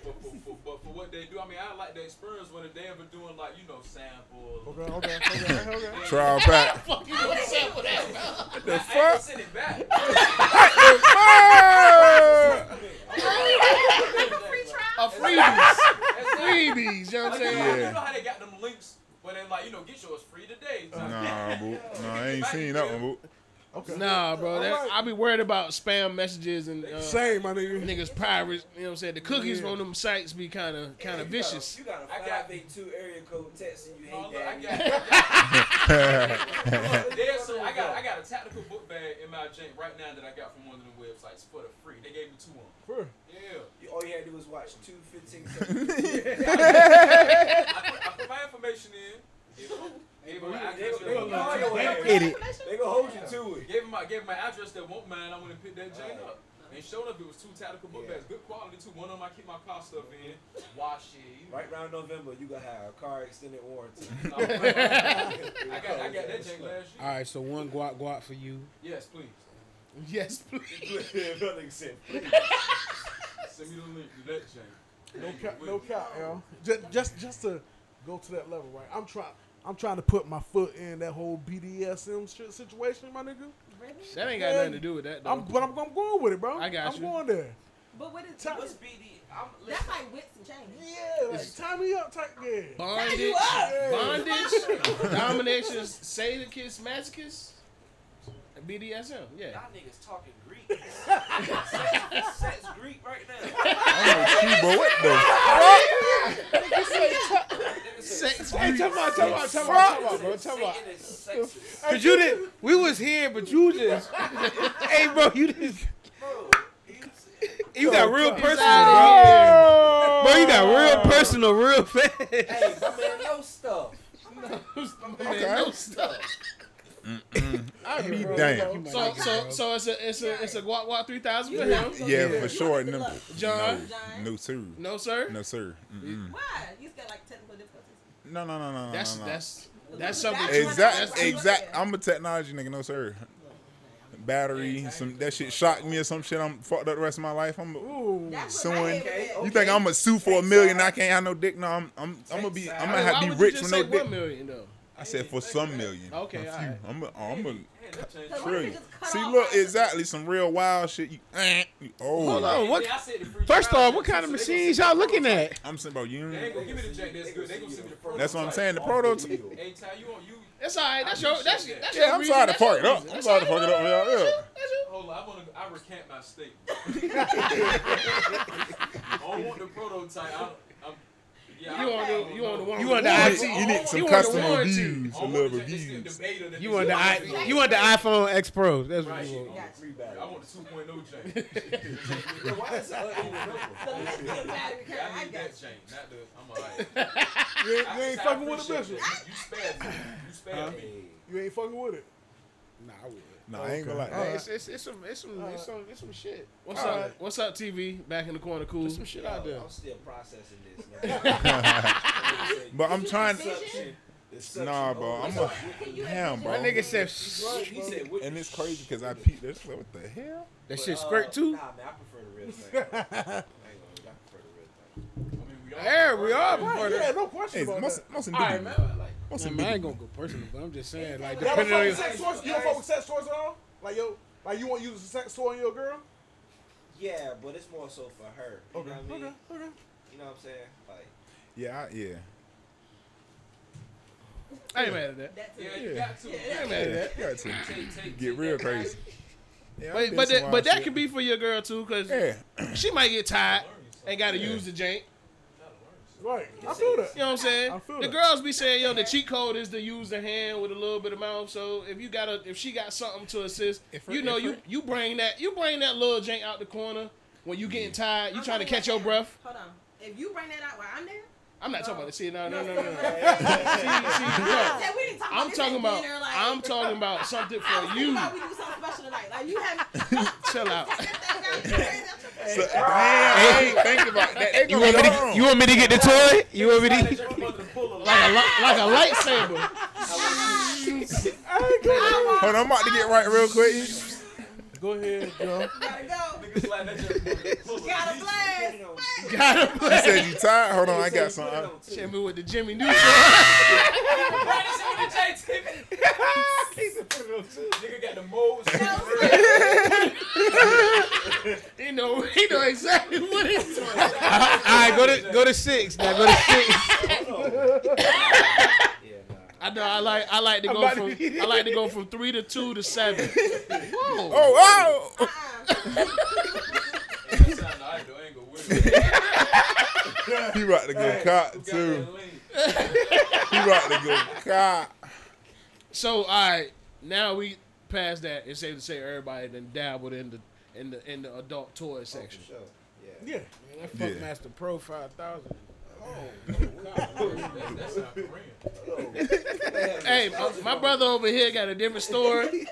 S4: But for, for, but for what they do, I mean, I like the experience when they ever doing like, you know, samples.
S10: Okay. Okay. Okay. Okay.
S6: Trial back.
S9: Fuck you gonna say for that?
S6: The
S4: I ain't gonna
S6: fuck?
S4: send it back.
S6: Ah!
S5: Free trial.
S9: A freebies.
S4: That's it.
S9: freebies. You
S4: Like, you,
S9: know what I'm
S4: know,
S9: saying?
S4: you know how they got them links where they like, you know, get yours free today.
S10: Uh-huh.
S4: type
S6: Nah, boo. No, I ain't seen that one, boo.
S10: Okay.
S9: Nah, bro. That,
S10: Alright.
S9: I be worried about spam messages and uh,
S10: Same, my nigga.
S9: niggas pirates. You know what I'm saying? The cookies
S10: Yeah.
S9: on them sites be kind of kind of
S3: You got a-
S9: vicious.
S3: You got a
S4: I got-
S3: 582 area code text and you
S4: No,
S3: hate
S4: look, I
S3: that.
S4: got, There's some- I got, I got a tactical book bag in my jank right now that I got from one of them websites for the free. They gave me two of them.
S10: For-
S4: Yeah,
S3: You- All you had to do was watch two 15 seconds.
S4: I put, I put my information in. Gave them, gave them my
S3: They
S4: address.
S3: gon- they
S4: that
S3: gon'
S4: won't-
S3: call your ass.
S7: Hit it.
S3: They gonna hold you to it.
S4: Gave them my, gave them my address that won't mind. I went and picked that jank up. They showed up. It was two tactical book bags, good quality too. One of them I keep my car stuff in. Wash it.
S3: Right around November, you gonna have a car extended warranty.
S4: I got, I got that jank last
S7: All
S4: year.
S7: right, so one guac guac for you.
S4: Yes, please.
S9: Yes, please.
S3: Nothing said.
S4: Send me the link to that jank.
S10: No cap. No cap, yo. Just, just, just to go to that level, right? I'm trying. I'm trying to put my foot in that whole BDSM shit situation, my nigga.
S5: Really?
S9: That ain't got nothing to do with that. Though.
S10: I'm, but I'm, I'm going with it, bro.
S9: I got
S10: I'm
S9: you.
S10: going there.
S5: But what is
S10: Top-
S5: what's-
S3: BD? I'm
S5: That's like wits and change.
S10: Yeah, like tie me up, type yeah.
S9: bondage, bondage, dominations, sadicus, masochist.
S7: BDSM, yeah.
S3: Y'all niggas talking Greek. sex, sex Greek right now.
S6: I'm like, bro, what the?
S7: Sex
S9: Hey,
S7: Greek.
S9: come on, come on, come on, come on, bro, come on.
S3: Satan is sexist.
S9: Cause you didn't. We was here, but you just. hey, bro, you just.
S3: Bro, he was-
S9: You got real personal, bro.
S7: outta
S9: Bro, you got real personal, real fast.
S3: hey, my man know stuff.
S6: Okay. I be damn.
S7: So, so, so it's a, it's a, it's a guap guap three thousand for
S5: Yeah.
S7: him.
S6: Yeah, for sure. No,
S7: John?
S5: John?
S6: no, sir.
S7: No, sir.
S6: No, sir. Mm-mm.
S5: Why? You said like technical difficulties.
S6: No, no, no, no, no.
S7: That's
S6: no, no.
S7: that's that's something.
S5: That's
S7: Exactly.
S6: Exact,
S5: That's-
S6: exact. I'm a technology nigga, no sir. Battery, some that shit shocked me or some shit. I'm fucked up the rest of my life. I'm. Ooh.
S5: That's what my
S6: Suing.
S5: head was at.
S6: You think I'm gonna sue for a million? and I can't have no dick? No, I'm. I'm. I'm gonna be. I'm gonna have to be rich
S7: you
S6: with
S7: just
S6: no
S7: say
S6: dick.
S7: one million though.
S6: I said for some million.
S7: Okay,
S6: a
S7: all
S6: few.
S7: right.
S6: I'm. A, I'm a
S5: So why don't you
S6: trillion.
S5: just cut
S6: See,
S5: off
S6: look,
S5: all the-
S6: exactly some real wild shit. You, you oh,
S9: Hold on. What?
S4: Yeah, I said the free
S9: First
S4: trial,
S9: off, what kind of
S4: so they gonna
S9: machines
S4: send-
S9: y'all looking at?
S6: I'm saying, bro, you.
S4: They ain't gonna give me the jack that's good. They gonna send me the prototype.
S6: That's what I'm saying. The prototype.
S4: Hey, Ty, you on you?
S7: That's all right. That's your. That's your. That's
S6: Yeah,
S7: your
S6: I'm sorry to
S7: reason.
S6: fuck it up. I'm sorry to fuck it up. Yeah, yeah.
S4: Hold on, I wanna. I recant my statement. I don't want the prototype. I, I'm,
S7: You
S4: yeah, I, I
S7: on
S4: don't
S7: the you on the
S4: know.
S7: one.
S9: You
S7: with
S9: on
S7: the
S9: the
S6: You
S7: one-
S9: I
S6: need-
S9: see.
S6: You need some
S7: You want the
S6: custom
S7: warranty.
S6: reviews,
S4: I
S6: some
S4: want
S6: little
S4: the jack- it's the
S6: reviews.
S4: debater that
S9: You
S4: they
S9: want
S4: send
S9: the I,
S4: me.
S9: you want the iPhone X Pro. That's what
S4: Right.
S9: you want.
S4: I want the 2.0 Jack.
S8: Why is that an even number?
S5: The lithium battery, girl,
S4: I
S5: I
S4: need
S5: got
S4: that
S5: you.
S4: Jack, not the. I'm alright.
S10: You ain't,
S4: I-
S10: you ain't
S4: I
S10: fucking with the bishop.
S4: appreciate that. You spared me. You spared me.
S10: You ain't fucking with it.
S9: Nah, I would.
S6: Nah, I ain't gonna
S9: Nah,
S6: lie.
S9: it's, it's, it's some it's some it's some it's some shit.
S7: What's up? What's up, TV? Back in the corner, cool.
S9: There's some shit out there.
S3: I'm still processing this. Man.
S6: But I'm trying. Nah, bro. I'm a
S5: Can you
S6: damn,
S9: That
S6: bro.
S9: nigga said "Shh."
S3: He said, what
S6: And
S3: the
S6: it's crazy because I peeped. That's like, what the hell?
S9: that
S3: But,
S9: shit
S3: uh,
S9: squirt too.
S3: Nah, man, I prefer the real thing. I ain't gonna lie, I prefer the real thing.
S4: I mean, we all.
S9: There we are.
S10: Right,
S9: brother.
S10: yeah, no question
S6: Hey,
S10: about
S6: most
S10: that.
S6: most
S4: All right,
S6: indigenous.
S4: man. Like,
S6: Most
S9: Nah, man, I ain't
S6: indigenous.
S9: gonna go personal, but I'm just saying, like,
S10: Y'all don't fuck
S9: depending on
S10: with
S9: your,
S10: sex toys? You don't fuck with sex toys at all? Like yo, like you want to use a sex toy on your girl?
S3: Yeah, but it's more so for her. You know what I mean?
S10: okay.
S3: You know what I'm saying? Like,
S6: Yeah, I, yeah.
S9: I ain't mad at that.
S5: That's
S4: yeah,
S5: it.
S4: you got to.
S9: I ain't mad at that.
S6: Yeah, it's a-
S4: Take, take,
S6: Get
S4: take
S6: real
S4: that
S6: crazy. Yeah, I
S9: But
S6: did
S9: but
S6: some
S9: that,
S6: wild
S9: but that
S6: shit.
S9: could be for your girl too, cause
S6: Yeah,
S9: she might get tired
S4: value. Learn something.
S9: and gotta
S6: Yeah.
S9: use the jank.
S10: Right. I feel that.
S9: You know what I'm saying?
S10: I feel
S9: the
S10: that.
S9: girls be saying, yo, the cheat code is to use the hand with a little bit of mouth. So if you got a, if she got something to assist,
S6: If her-
S9: you know,
S6: if
S9: you
S6: her-
S9: you bring that, you bring that little jank out the corner when you getting tired. You
S5: I'm
S9: trying to
S5: talking
S9: catch
S5: about
S9: your
S5: that.
S9: breath.
S5: Hold on. If you bring that out while I'm there,
S9: I'm not talking about the See, no, no, no,
S5: No.
S9: no. no. See, see, no.
S5: I said we didn't talk
S9: I'm
S5: this
S9: talking
S5: at
S9: about,
S5: dinner, like-
S9: I'm talking about something
S5: I was
S9: for
S5: thinking
S9: you.
S5: about we do something special tonight. Like you have.
S9: Chill out.
S6: So- damn, I ain't think about that. They gonna learn.
S9: want me to get the toy? You want me to?
S4: Take your mother to pull a lot.
S9: Like a li- like a lightsaber.
S6: Hold on, I'm about to get right real quick.
S10: Go ahead, Joe.
S5: Gotta go.
S4: Niggas like that your mother to pull a lot.
S5: Gotta blast.
S9: Gotta
S6: You
S9: play.
S6: said you tired. Hold on, I got Oh, something.
S9: Shit, me with the Jimmy Neutron.
S4: Nigga got the mold.
S9: He know he know exactly what it's.
S4: All
S9: right, go to go to six. Now go to six.
S3: yeah, nah.
S9: I know I like I like to go from I like to go from three to two to seven. Whoa.
S6: Oh, oh!
S4: That sound alright though. I ain't gonna win.
S6: He about to go cop too.
S4: Goddamn lean.
S6: He about to go cop.
S9: So all right, now we past that. It's safe to say everybody then dabbled in the in the in the adult toy section.
S3: Sure. Yeah.
S10: Yeah.
S6: Yeah.
S9: Master Pro five thousand.
S4: That, that sound Korean.
S9: Hey, my, my brother over here got a different story.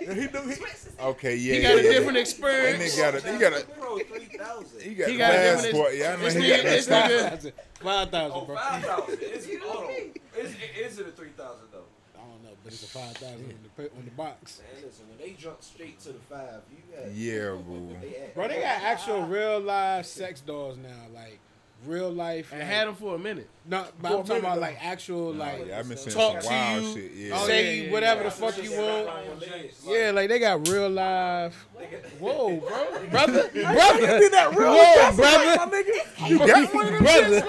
S6: Okay, yeah,
S9: He got a
S6: yeah.
S9: different
S6: That
S9: experience.
S6: nigga got a, he got a,
S3: Pro 3000.
S6: he got
S9: He
S6: a
S9: got a different-
S6: passport. Yeah, I know
S9: This
S6: he
S9: nigga,
S6: got
S9: this
S6: that.
S9: nigga, five
S3: Oh,
S9: thousand, bro. I
S3: 5,000. It's auto. It's, it- is it a 3,000 though?
S9: don't know, but it's a five thousand on the pa- on the box.
S3: Man, listen, when they jump straight to the 5, you got.
S6: Yeah, bro.
S3: They act.
S9: Bro, they got actual real life sex dolls now, like real life.
S7: I had him for a minute.
S9: no, but
S10: For a
S9: I'm talking
S10: minute,
S9: about
S10: though.
S9: like actual like
S6: Yeah, I've been seeing
S9: Talk
S6: some
S9: to
S6: wild
S9: you.
S6: shit. Yeah.
S7: Oh,
S9: say
S7: yeah, yeah,
S9: whatever
S7: yeah.
S9: the fuck you want.
S4: Brian James, like,
S9: Yeah, like they got real life. Whoa, bro, brother,
S10: You
S9: brother,
S10: did that real
S9: whoa,
S10: right,
S9: Oh, brother,
S10: my nigga.
S9: you
S6: got one of them
S9: brother.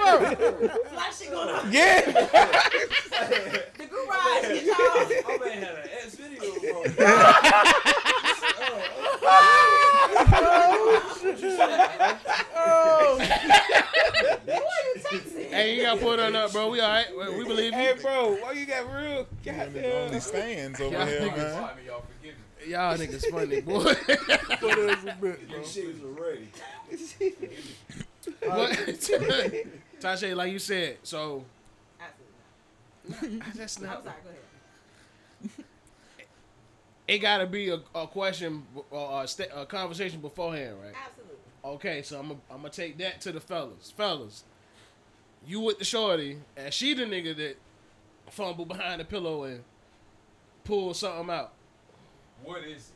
S5: Flashing going on.
S9: Yeah,
S5: The garage. Get y'all.
S3: My man had an X video. bro.
S9: Hey, you got pulled on up, bro. We all right. We- We believe you.
S7: Hey, bro, why you got real? Goddamn.
S6: Only stands over
S7: Y'all
S6: here,
S7: niggas
S6: man.
S4: Pardon me, y'all forgive me.
S7: Y'all niggas funny, boy.
S8: These shits are ready.
S7: What? Tasha, like you said, so
S5: Absolutely not.
S7: that's
S5: I'm
S7: not.
S5: sorry. Go ahead.
S7: It gotta be a, a question or a, st- a conversation beforehand, right?
S5: Absolutely.
S7: Okay, so I'm gonna I'm take that to the fellas. Fellas, you with the shorty, and she the nigga that fumbled behind the pillow and pulled something out.
S4: What is it?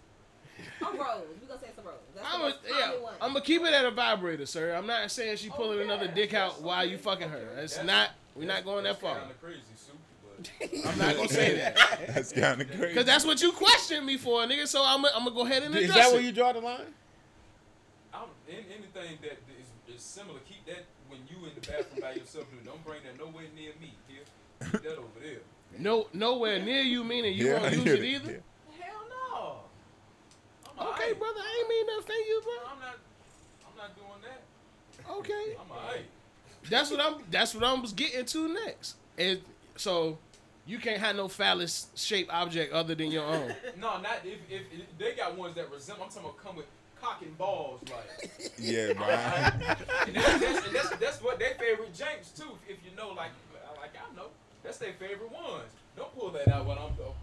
S5: I'm Rose. We gonna say it's a Rose. That's
S7: I'm
S5: the
S7: a,
S5: most
S7: yeah,
S5: common one.
S7: I'm gonna keep it at a vibrator, sir. I'm not saying she
S5: Oh,
S7: pulling
S5: yeah.
S7: another dick out while you fucking her. It's not. We're not going that far.
S4: Kind of crazy, Sue. But
S7: I'm not gonna say that.
S6: That's kind of crazy.
S7: Cause that's what you questioned me for, nigga. So I'm gonna go ahead and address
S9: Is that
S7: it.
S9: where you draw the line?
S4: I'm in anything that is, is similar. Keep that when you in the bathroom by yourself. Dude. Don't bring that nowhere near me. Here, keep that over there.
S7: No, nowhere near you. Meaning you
S6: Yeah, I
S7: won't use
S6: hear
S7: it
S6: that.
S7: either.
S6: Yeah.
S4: Hell no. I'm
S7: Okay,
S4: alright.
S7: brother. I ain't mean to offend you, bro.
S4: I'm not. I'm not doing that.
S7: Okay,
S4: I'm alright.
S7: that's what I'm. That's what I was getting to next. And so, you can't have no phallus shaped object other than your own.
S4: No, not if, if if they got ones that resemble. I'm talking about come with cock and balls, like.
S6: Yeah, man.
S4: And that's, that's, and that's, that's what they favorite James too. If you know, like, like I know, that's their favorite ones. Don't pull that out while I'm though.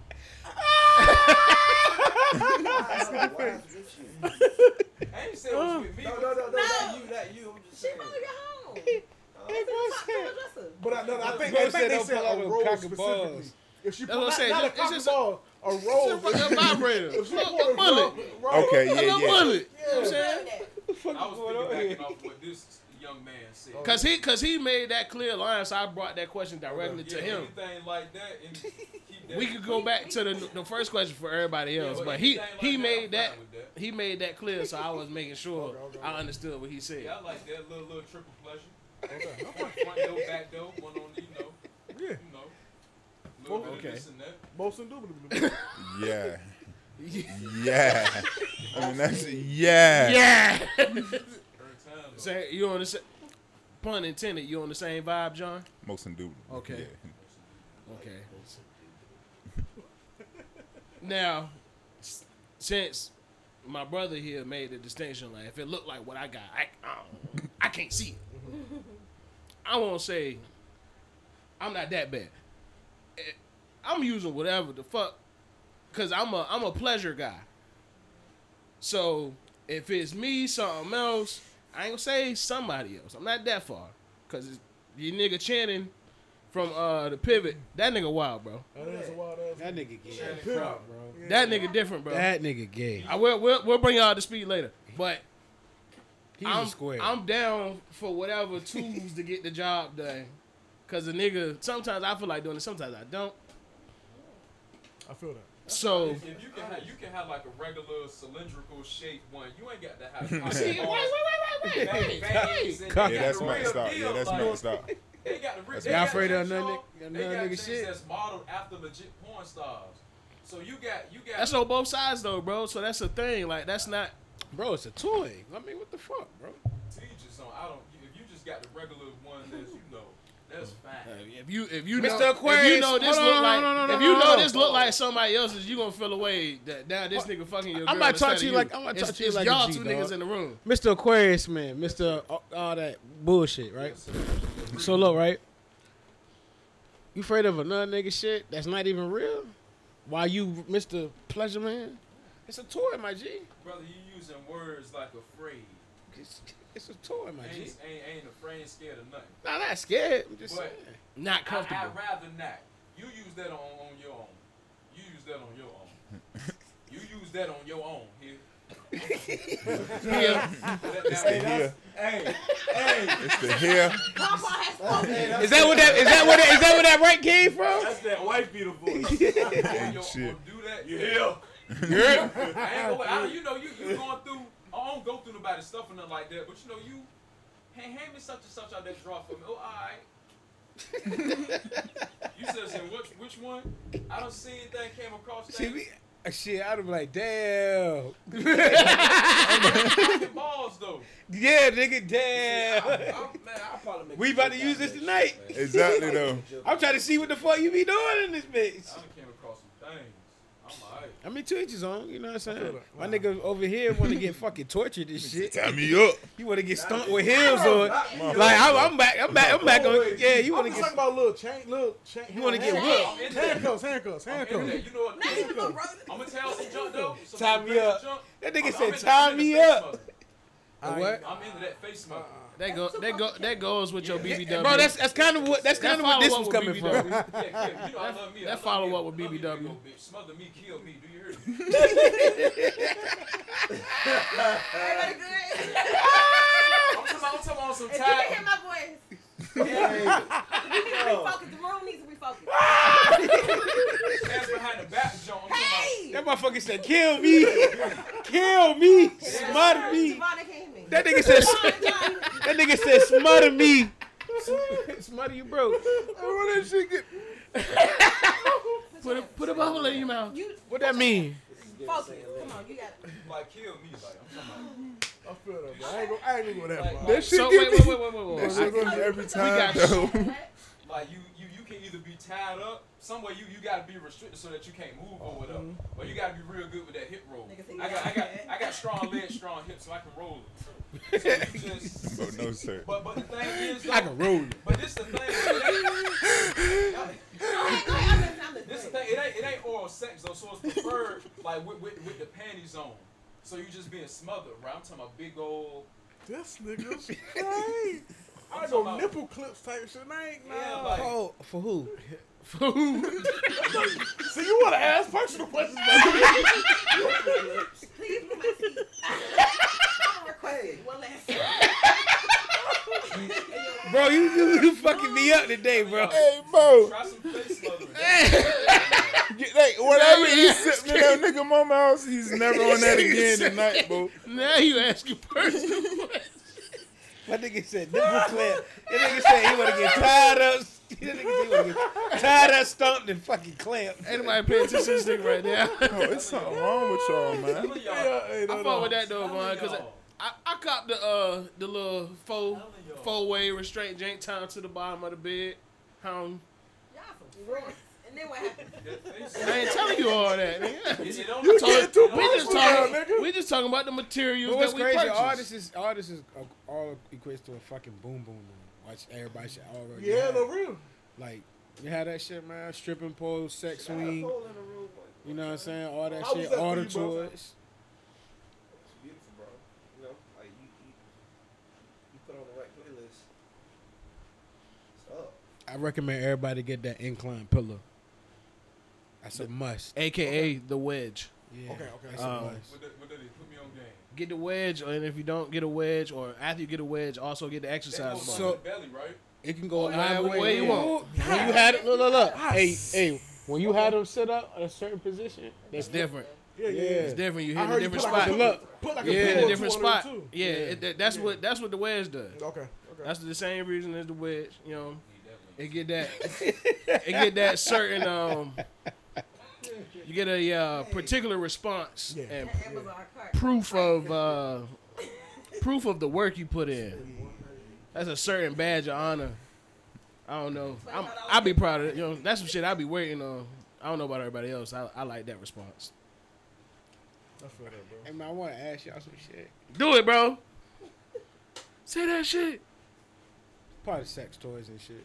S8: Why is it- why is this shit? No,
S4: I ain't saying what's with me.
S8: no, no, no,
S5: No.
S8: not you, not you. I'm just
S5: She
S8: saying.
S1: oh
S5: probably got home. It's in the top drawer dresser.
S10: But I, no, I think,
S9: Bro
S10: I
S9: said
S10: think they
S9: don't
S10: said
S9: pull out
S10: a
S9: them
S10: roll
S9: cock and
S10: specifically.
S9: balls.
S10: If she
S7: That's what
S10: pull
S7: I'm
S10: out,
S7: saying.
S10: not a
S7: It's
S10: cock and
S7: just a-
S10: ball, a
S7: It's
S10: roll.
S7: a fucking vibrator.
S10: If she
S7: Look,
S10: pull a
S7: a bullet.
S10: roll- roll-
S6: Okay,
S7: A
S6: Oh, yeah,
S7: little
S6: yeah.
S7: bullet. You know what I'm saying?
S4: I was thinking back off what this young man said.
S7: Cause he, cause he made that clear line. So I brought that question directly
S4: yeah,
S7: to him.
S4: Anything like that, and keep that.
S7: We could go back to the the first question for everybody else,
S4: but
S7: but he
S4: anything like
S7: he
S4: that, I'm
S7: made that
S4: fine with that.
S7: he made that clear, so I was making sure I understood what he said.
S4: Yeah, I like that little little triple pleasure. Okay. Front door, back door, one on the, you know,
S10: Yeah,
S4: you know. Little bit
S7: Okay.
S4: of this and that.
S10: most indubitably.
S6: Yeah. Yeah. I mean, that's yeah.
S7: Yeah.
S4: Every time. though.
S7: Say you on the sa- pun intended. You on the same vibe, John?
S6: Most indubitable.
S7: Okay.
S6: Yeah.
S7: Okay. now, s- since my brother here made the distinction, like if it looked like what I got, I I, don't- I can't see it. I won't say I'm not that bad. Eh, I'm using whatever the fuck, cause I'm a I'm a pleasure guy. So if it's me, something else, I ain't gonna say somebody else. I'm not that far, cause it's- you nigga Channing from uh the pivot, that nigga wild, bro.
S10: That is a wild ass.
S9: That nigga gay.
S7: That nigga different, bro.
S9: That nigga gay.
S7: I will we'll, we'll bring y'all up to speed later, but
S9: He's
S7: I'm
S9: a square.
S7: I'm down for whatever tools to get the job done. Cause the nigga, sometimes I feel like doing it, sometimes I don't.
S10: I feel that.
S7: So
S4: If you can have, you can have like a regular cylindrical shaped one. You ain't got to have.
S7: see, wait, wait, wait, wait, wait, wait.
S4: Yeah,
S6: Yeah, that's maxed out. Yeah, that's maxed out.
S4: They got the real.
S6: That's
S4: they
S6: y'all
S4: got
S9: afraid of
S4: things,
S9: another
S4: y'all.
S9: nigga-
S4: They
S9: another
S4: got
S9: nigga
S4: things
S9: shit?
S4: That's modeled after legit porn stars. So you got you got.
S7: That's on both sides though, bro. So that's the thing. Like that's not
S9: Bro, it's a toy. I mean, what the fuck, bro?
S4: teachers on. I don't. If you just got the regular one, that's you know, that's
S6: Oh,
S4: fine.
S7: if you if you
S9: Mr.
S7: know if you
S9: Aquarius,
S7: know this
S9: hold on,
S7: look
S9: no,
S7: like
S9: no, no, no,
S7: if
S9: no,
S7: you
S9: no,
S7: know
S9: no.
S7: this look like somebody else's, you gonna feel away that now this nigga fucking your girl.
S9: I might talk
S7: instead
S9: to you
S7: of
S9: like- I might talk
S7: It's-
S9: to you
S7: it's
S9: like a
S7: y'all
S9: G,
S7: two
S9: dog.
S7: niggas in the room.
S9: Mr. Aquarius, man. Mr. All, all that bullshit, right? So look, right? You afraid of another nigga shit that's not even real? Why you, Mr. Pleasure Man? It's a toy, my G.
S4: Brother, you using words like afraid.
S9: It's, it's a toy, my
S4: Ain't
S9: G.
S4: ain't, ain't afraid, scared of nothing.
S9: Nah, not scared. I'm just
S4: But-
S9: saying.
S7: Not
S4: I,
S7: comfortable.
S4: I'd rather not. You use that on, on your own. You use that on your own. you use that on your own here.
S7: Yeah.
S4: That-
S6: It's
S4: that-
S6: the here.
S8: Hey, hey,
S6: It's the here.
S5: Papa has
S8: that's, hey, that's,
S9: Is that what that? Is that what? That, is that where that right came from?
S8: that's that white beater voice.
S4: on your
S6: Shit.
S4: own, do that. Yeah.
S9: Yeah.
S4: I ain't gonna, I, you know, you you going through. I don't go through nobody's stuff or nothing like that. But you know, you hey, hand me such and such out that draw for me. Oh, all right. you said, saying which which one? I don't see anything came across.
S9: See,
S4: that.
S9: we, Uh, Shit, I'd be like, damn.
S4: balls though.
S9: yeah, nigga, damn.
S8: man, I'll probably make
S9: we about to use this tonight.
S6: Exactly though.
S9: I'm trying to see what the fuck you be doing in this bitch.
S4: I done came across some things. I'm like,
S9: I mean, two inches on, you know what I'm saying? My nigga over here want to get fucking tortured and shit.
S6: Tie me up.
S9: You want to get stumped with heels on? Like I, I'm back, I'm back, I'm back on. Yeah, you
S10: I'm
S9: want
S10: just talking
S9: to get,
S10: about little chain, little chain.
S9: you want to get
S4: I'm
S9: whooped?
S4: into that.
S10: handcuffs, handcuffs,
S4: I'm into
S10: handcuffs.
S4: that. You know what? I'm gonna tell some junk though. Some
S9: Tie me
S4: crazy
S9: up.
S4: junk.
S9: That nigga
S4: I'm-
S9: said,
S4: I'm into-
S9: "Tie
S4: I'm into
S9: me
S4: face
S9: up."
S4: smoking.
S9: A What?
S4: I'm into that face smoking.
S7: That go that go that goes with your BBW.
S9: Bro, that's that's kind of what that's
S7: That
S9: kind of what this was
S7: follow-up
S9: coming
S7: with
S9: from.
S7: BBW.
S4: Yeah, yeah, you know I love me. I
S7: that
S4: love
S7: follow
S4: you.
S7: up with
S4: Love me,
S7: BBW.
S4: big old bitch. Smother me, kill me. Do you hear me?
S5: Everybody good?
S4: I'm talking about, I'm talking about some
S5: If you can
S4: tight.
S5: hear my voice, you need to refocus. The room needs to refocus.
S4: Hands behind the back, John. I'm talking
S5: Hey!
S9: That motherfucker said, "Kill me, kill me, smother me."
S5: Javon, they can't hear me.
S9: That nigga said,
S5: Javon, Javon.
S9: "That nigga said, smother me." smother you, bro.
S7: put a put a bubble in your mouth.
S5: You
S9: What that mean?
S5: focus. Come on, you got it.
S4: about, like, kill me. Like, I'm talking about.
S10: I feel that, bro. I ain't gonna, I ain't gonna go that far.
S6: That shit
S7: So wait wait
S6: get me.
S7: wait wait wait
S6: That
S7: wait.
S6: shit get me every
S7: got
S6: time though.
S4: Like you, you, you can either be tied up somewhere. You, you gotta be restricted so that you can't move or whatever. Or you gotta be real good with that hip roll.
S5: Mm-hmm. Nigga say,
S4: I got, I got, I got strong legs, strong hips, so I can roll it. So you just,
S6: But no sir.
S4: but, but the thing is,
S9: I
S4: though,
S9: can roll you.
S4: but this the thing.
S5: Go ahead, go ahead. I'm listening, I'm
S4: This the
S5: listening.
S4: thing. It ain't, it ain't oral sex though, so it's preferred like with, with, with the panties on. So you just being smothered, right? I'm talking about big old.
S10: This nigga's crazy. I go nipple clips type shit. and I ain't nah.
S4: Yeah, like,
S9: Oh, for who?
S10: So you wanna ask personal questions? Bro.
S5: Please move my seat. I'm requesting one last time.
S9: Bro, you you, you fucking me up today, bro.
S6: Hey, bro.
S4: try some face smothering.
S6: Get, like, whatever he sent me that nigga mama house, he's never on that again tonight, bro.
S7: Now you asking personal questions.
S9: My nigga said nipple clamp. That nigga said he wanna get tied up. That nigga said he wanna get tied up, stomped, and fucking clamped.
S7: Anybody paying attention to this nigga right now?
S6: Oh, it's something wrong with y'all, man.
S4: Telling y'all,
S10: Yeah, hey, no,
S7: I
S10: no.
S7: fought with that though, man, because I, I copped the uh the little four
S4: y'all.
S7: four way restraint jank time to the bottom of the bed. Um,
S5: Y'all some friends. And then what happened?
S4: that face
S7: I ain't telling you all that. nigga.
S4: Is it on
S10: You
S4: the
S10: getting too
S7: We just
S10: personal,
S7: talking.
S10: nigga.
S7: We just talking about the materials
S9: But what's
S7: that we
S9: crazy,
S7: purchased.
S9: all this is all this is uh, all equates to a fucking boom boom room. Watch everybody should already.
S10: Yeah,
S9: have.
S10: no real.
S9: Like you had that shit, man. Stripping pole, sex swing.
S8: Hole in the room, boy.
S9: You know what I'm saying? All that
S10: How was
S9: shit,
S10: that
S9: all
S10: for
S9: the
S10: you, bro?
S9: toys.
S8: It's beautiful, bro. You know, like you, you, you put on the right playlist. It's up.
S9: I recommend everybody get that incline pillow. That's a must.
S7: AKA the wedge.
S9: Yeah,
S10: Okay, okay.
S9: That's a
S7: Um,
S9: must.
S4: What that- what that is? Put me on game.
S7: Get the wedge, and if you don't get a wedge, or after you get a wedge, also get the
S4: That
S7: exercise
S4: goes
S7: button.
S4: so, the belly, right?
S9: It can go
S7: Oh, yeah,
S9: either
S7: which
S9: way.
S7: way you
S9: yeah.
S7: want.
S9: When you had it, look, look, look. Hey, hey. When you had them sit up in a certain position,
S7: it's different.
S10: Yeah, yeah.
S9: Yeah.
S10: yeah.
S7: It's different. You
S10: I
S7: hit a
S10: heard you
S7: different
S10: put like
S7: spot.
S10: a
S9: Good luck.
S10: Put like
S7: You
S10: a
S7: hit
S10: pillow
S7: a different
S10: two on them,
S7: spot.
S10: too.
S7: Yeah, it- that- that's what that's what the wedge does.
S10: Okay. Okay.
S7: That's the same reason as the wedge. You know, it get that, it get that certain um, you get a uh, particular response
S10: Yeah.
S7: and
S5: That Amazon cart.
S7: proof of uh, proof of the work you put in. That's a certain badge of honor. I don't know. I'm, I'll be proud of it. You know, that's some shit I'll be waiting on. I don't know about everybody else. I, I like that response.
S10: I feel that, bro.
S9: hey, man, I want to ask y'all some shit.
S7: Do it, bro. Say that shit.
S9: Part of sex toys and shit.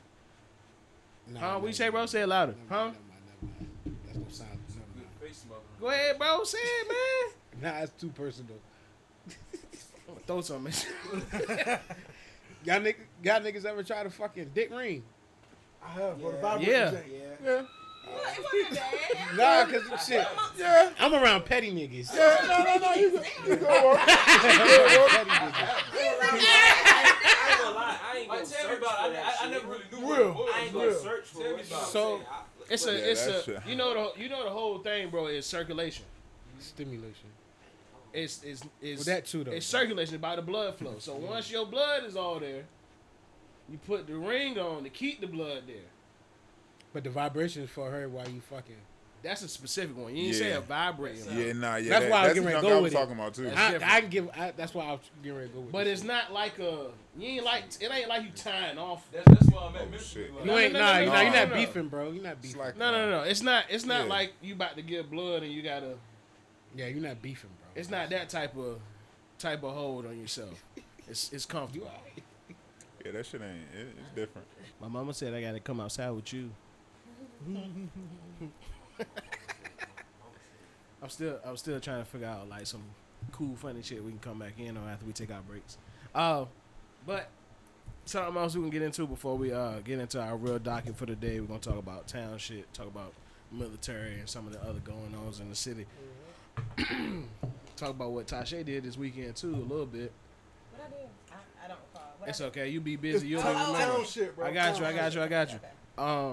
S9: Nah,
S7: Huh?
S9: never
S7: We say, bro,
S9: mind.
S7: say it louder.
S9: Never
S7: Huh?
S9: mind, never mind, never mind. That's no sound. Never
S4: Good
S9: mind.
S4: face smothering.
S7: Go ahead, bro. Say it, man.
S9: Nah, that's too personal.
S7: I'm gonna throw something. at you.
S9: Y'all, nigg- y'all niggas ever tried a fucking dick ring?
S10: I have, bro. The
S8: Yeah.
S10: vibrating
S7: Yeah.
S10: jank.
S8: Yeah.
S9: Yeah.
S5: Look, it wasn't bad.
S9: Nah, cause shit.
S6: Yeah,
S9: I'm around petty niggas.
S6: yeah, no, no, no, you go, you go work.
S9: petty niggas.
S8: I ain't gonna lie. I ain't
S4: Like,
S8: gonna
S4: tell
S8: search
S4: me about
S8: for
S4: it. I,
S8: that
S4: I, I
S8: shit.
S4: never really knew
S10: Real.
S4: what it was.
S8: I ain't gonna
S4: but
S8: search for
S4: Tell
S8: it.
S4: me about
S7: So-
S8: it. I-
S7: It's a,
S6: Yeah,
S7: it's a.
S6: that shit.
S7: You know the, you know the whole thing, bro. Is circulation.
S9: Stimulation.
S7: It's, it's,
S9: Well,
S7: it's
S9: that too though. Mm-hmm.
S7: It's circulation by the blood flow. So once your blood is all there, you put the ring on to keep the blood there.
S9: But the vibrations for her while you fucking.
S12: That's a specific one. You ain't
S6: Yeah.
S12: say a vibrating. one.
S6: Yeah, nah, yeah.
S9: That's
S6: that-
S9: why I
S6: that's
S9: was getting ready
S6: the junk
S9: to go
S6: I
S9: with
S6: was
S9: it.
S6: talking about too.
S9: I,
S12: different.
S9: I can give. I, that's why I was getting ready to go with.
S12: But
S9: this.
S12: it's not like a you ain't like it ain't like you tying off.
S4: That's, that's why I'm at
S6: Oh,
S4: mentally.
S6: shit.
S4: Like,
S9: you ain't
S12: no,
S9: nah.
S12: no, no,
S9: you
S12: no,
S9: nah, you're
S12: no,
S9: not
S12: no.
S9: beefing, bro. You're not
S6: It's
S9: beefing.
S6: like
S12: No, no, no, no. It's not. It's not
S6: Yeah.
S12: like you about to give blood and you gotta.
S9: Yeah, you're not beefing, bro.
S12: It's not that type of type of hold on yourself. It's it's comfortable.
S6: Yeah, that shit ain't. It, it's different.
S7: My mama said I gotta come outside with you. I'm still I'm still trying to figure out like some cool funny shit we can come back in on after we take our breaks. Uh, but something else we can get into before we uh get into our real docket for the day. We're gonna talk about town shit, talk about military and some of the other going ons in the city. talk about what Tasha did this weekend too a little bit.
S5: What I do? I, I don't recall. What
S7: It's
S5: I
S7: okay, you be
S10: It's
S7: busy. You don't
S10: town
S7: even remember.
S10: town shit, bro.
S7: I got you. I
S10: Town
S7: got you. I got you.
S5: Okay.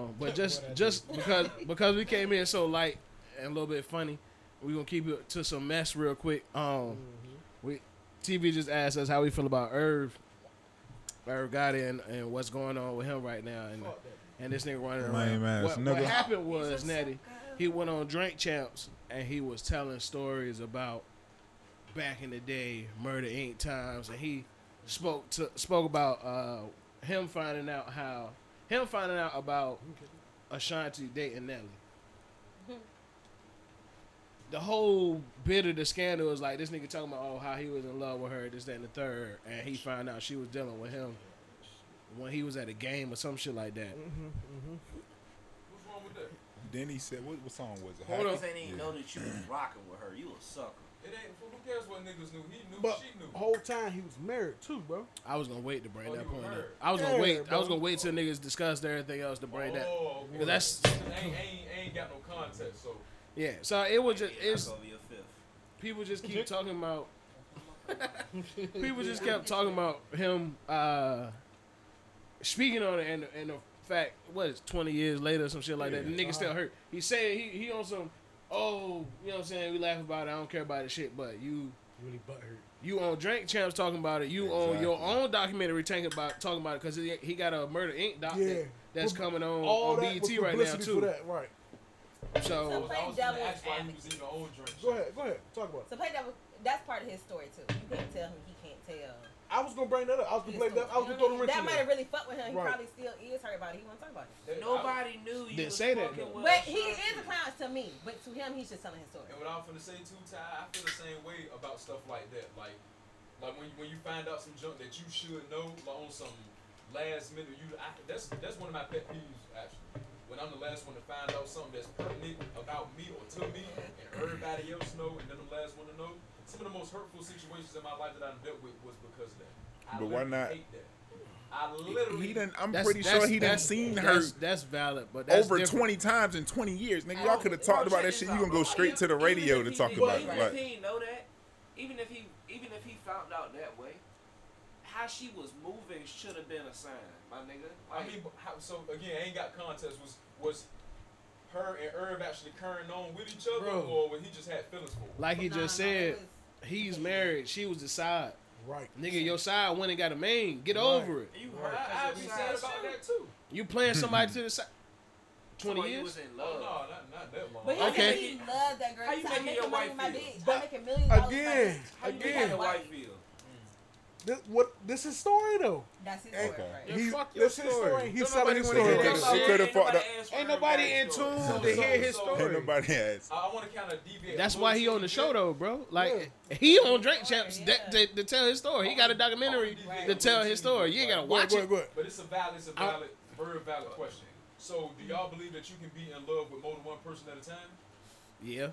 S7: Um, but just just because because we came in so light and a little bit funny, we gonna keep it to some mess real quick. Um,
S10: Mm-hmm.
S7: we TV just asked us how we feel about Irv, Irv Gotti, and, and what's going on with him right now, and and this nigga running around.
S6: Lame
S7: What,
S6: ass
S7: what
S6: nigga.
S7: happened was Natty, he went on Drink Champs and he was telling stories about back in the day, Murder Inc. times, and he spoke to spoke about uh, him finding out how him finding out about Ashanti dating Nelly. The whole bit of the scandal is like this nigga talking about oh how he was in love with her this that and the third and he found out she was dealing with him when he was at a game or some shit like that.
S4: what's wrong with that?
S6: Then he said, "What, what song was it?"
S1: Hold
S6: Happy?
S1: on. They didn't know that you was rocking with her. You a sucker.
S4: It ain't. Who cares what niggas knew? He knew.
S10: But
S4: she knew.
S10: whole time he was married too, bro.
S7: I was gonna wait to bring
S4: Oh,
S7: that
S4: you
S7: point up.
S4: heard.
S7: I was gonna
S10: Yeah,
S7: wait. I was
S10: bro.
S7: gonna wait till niggas discussed everything else to bring that.
S4: Oh, okay.
S7: 'Cause that's-
S4: I ain't, I ain't, I ain't got no context. So
S7: Yeah. So it was just
S1: Yeah,
S7: it's
S1: that's gonna be a fifth.
S7: people just keep talking about. people just kept talking about him uh, speaking on it and and the fact what is twenty years later or some shit like that. The nigga still hurt. He said he he on some oh you know what I'm saying we laugh about it. I don't care about the shit, but you.
S9: Really butthurt.
S7: You on Drink Champs talking about it. You on your
S6: Exactly.
S7: own documentary talking about talking about it because he, he got a Murder Inc. doc
S10: Yeah.
S7: that- that's
S10: Pub-
S7: coming on
S10: All
S7: on
S10: that was
S7: BET right now
S10: publicity for
S7: too.
S10: that, right?
S7: So
S4: I was, I was
S5: Play
S4: gonna
S5: devil's
S4: ask why he
S5: advocate.
S4: was even on drink.
S10: Go ahead, go ahead, talk about it.
S5: So play that. was- That's part of his story too. You can't tell him. He can't tell.
S10: I was gonna bring that up. I was gonna
S5: his
S10: play that.
S5: story.
S10: I was gonna throw the wrench
S5: That
S10: in
S5: might
S10: there.
S5: have really fucked with him. He
S10: Right.
S5: probably still is hurt about it. He won't talk about it.
S4: That- I-
S1: Nobody knew you
S12: Didn't
S1: was
S12: say that,
S1: fucking
S12: though.
S1: with
S5: But he
S1: Ashanti.
S5: is a clown to me. But to him, he's just telling his story.
S4: And what I'm finna say too, Ty, I feel the same way about stuff like that. Like, like when when you find out some junk that you should know, like on some last minute, you I, that's that's one of my pet peeves actually. When I'm the last one to find out something that's pertinent about me or to me, and everybody else know, and then I'm the last one to know. Some of the most hurtful situations in my life that I've dealt with was because of that. I
S6: But why
S4: literally
S6: not-
S4: Hate that. I literally.
S6: He done, I'm
S7: that's-
S6: pretty
S7: that's-
S6: sure he done
S7: that's-
S6: seen her
S7: that's, That's valid, but that's
S6: over
S7: different.
S6: 20 times in 20 years. Nigga, y'all could have talked about that shit. You gonna go straight to the
S1: Even if
S6: radio
S1: he
S6: to talk
S1: didn't-
S6: about
S1: even
S6: it.
S1: if
S6: Like,
S1: he didn't know that, even if he even if he found out that way, how she was moving should have been a sign, my nigga.
S4: I
S1: Like,
S4: mean, but how, so again, ain't got contest. Was was her and Irv actually current on with each other,
S12: Bro.
S4: or was he just had feelings for? her?
S12: Like he
S5: Nah, nah, it
S12: just said,
S5: was-
S12: he's married. She was the side.
S10: Right.
S12: Nigga, your side went and got a main. Get over it.
S1: you
S4: I,
S1: heard
S4: I
S1: that
S4: be
S1: she
S4: sad
S1: was
S4: about that too.
S12: You playing somebody to the side.
S1: Somebody
S12: 20
S1: you
S12: years?
S1: was in
S4: Oh, no,
S1: love.
S4: not, not that long.
S5: But he
S12: Okay.
S5: said he loved that girl.
S1: How
S5: He
S1: you
S5: said,
S1: making
S5: I'm
S1: your
S5: making money with my
S1: wife feel?
S5: bitch.
S10: But
S5: I'm making millions dollars. with my
S10: Again,
S5: bitch."
S1: How you
S10: again.
S1: making a wife feel?
S10: This, what this is story though.
S5: That's his story,
S6: Okay.
S5: right?
S12: Yeah,
S10: He,
S12: fuck your
S10: this his
S12: story.
S10: story. He's
S12: Don't
S10: selling
S12: nobody
S10: his
S12: wanna
S10: story.
S12: hear that
S6: She
S12: shit.
S6: could've fucked up.
S12: Ain't nobody in tune to hear his
S4: so-
S6: ain't
S12: story.
S6: nobody asked.
S4: I, want to kind of deviate.
S12: That's
S4: a little
S12: why he
S4: bit.
S12: on the show though, bro. Like he on Drink Champs
S5: Yeah.
S12: that- to, to tell his story. He got a documentary
S4: Right.
S12: to tell his story. You ain't gotta
S10: Go ahead,
S12: watch
S10: go ahead,
S12: it.
S10: go ahead.
S4: But it's a valid, it's a valid, very valid question. So, do y'all believe that you can be in love with more than one person at a time?
S12: Yeah.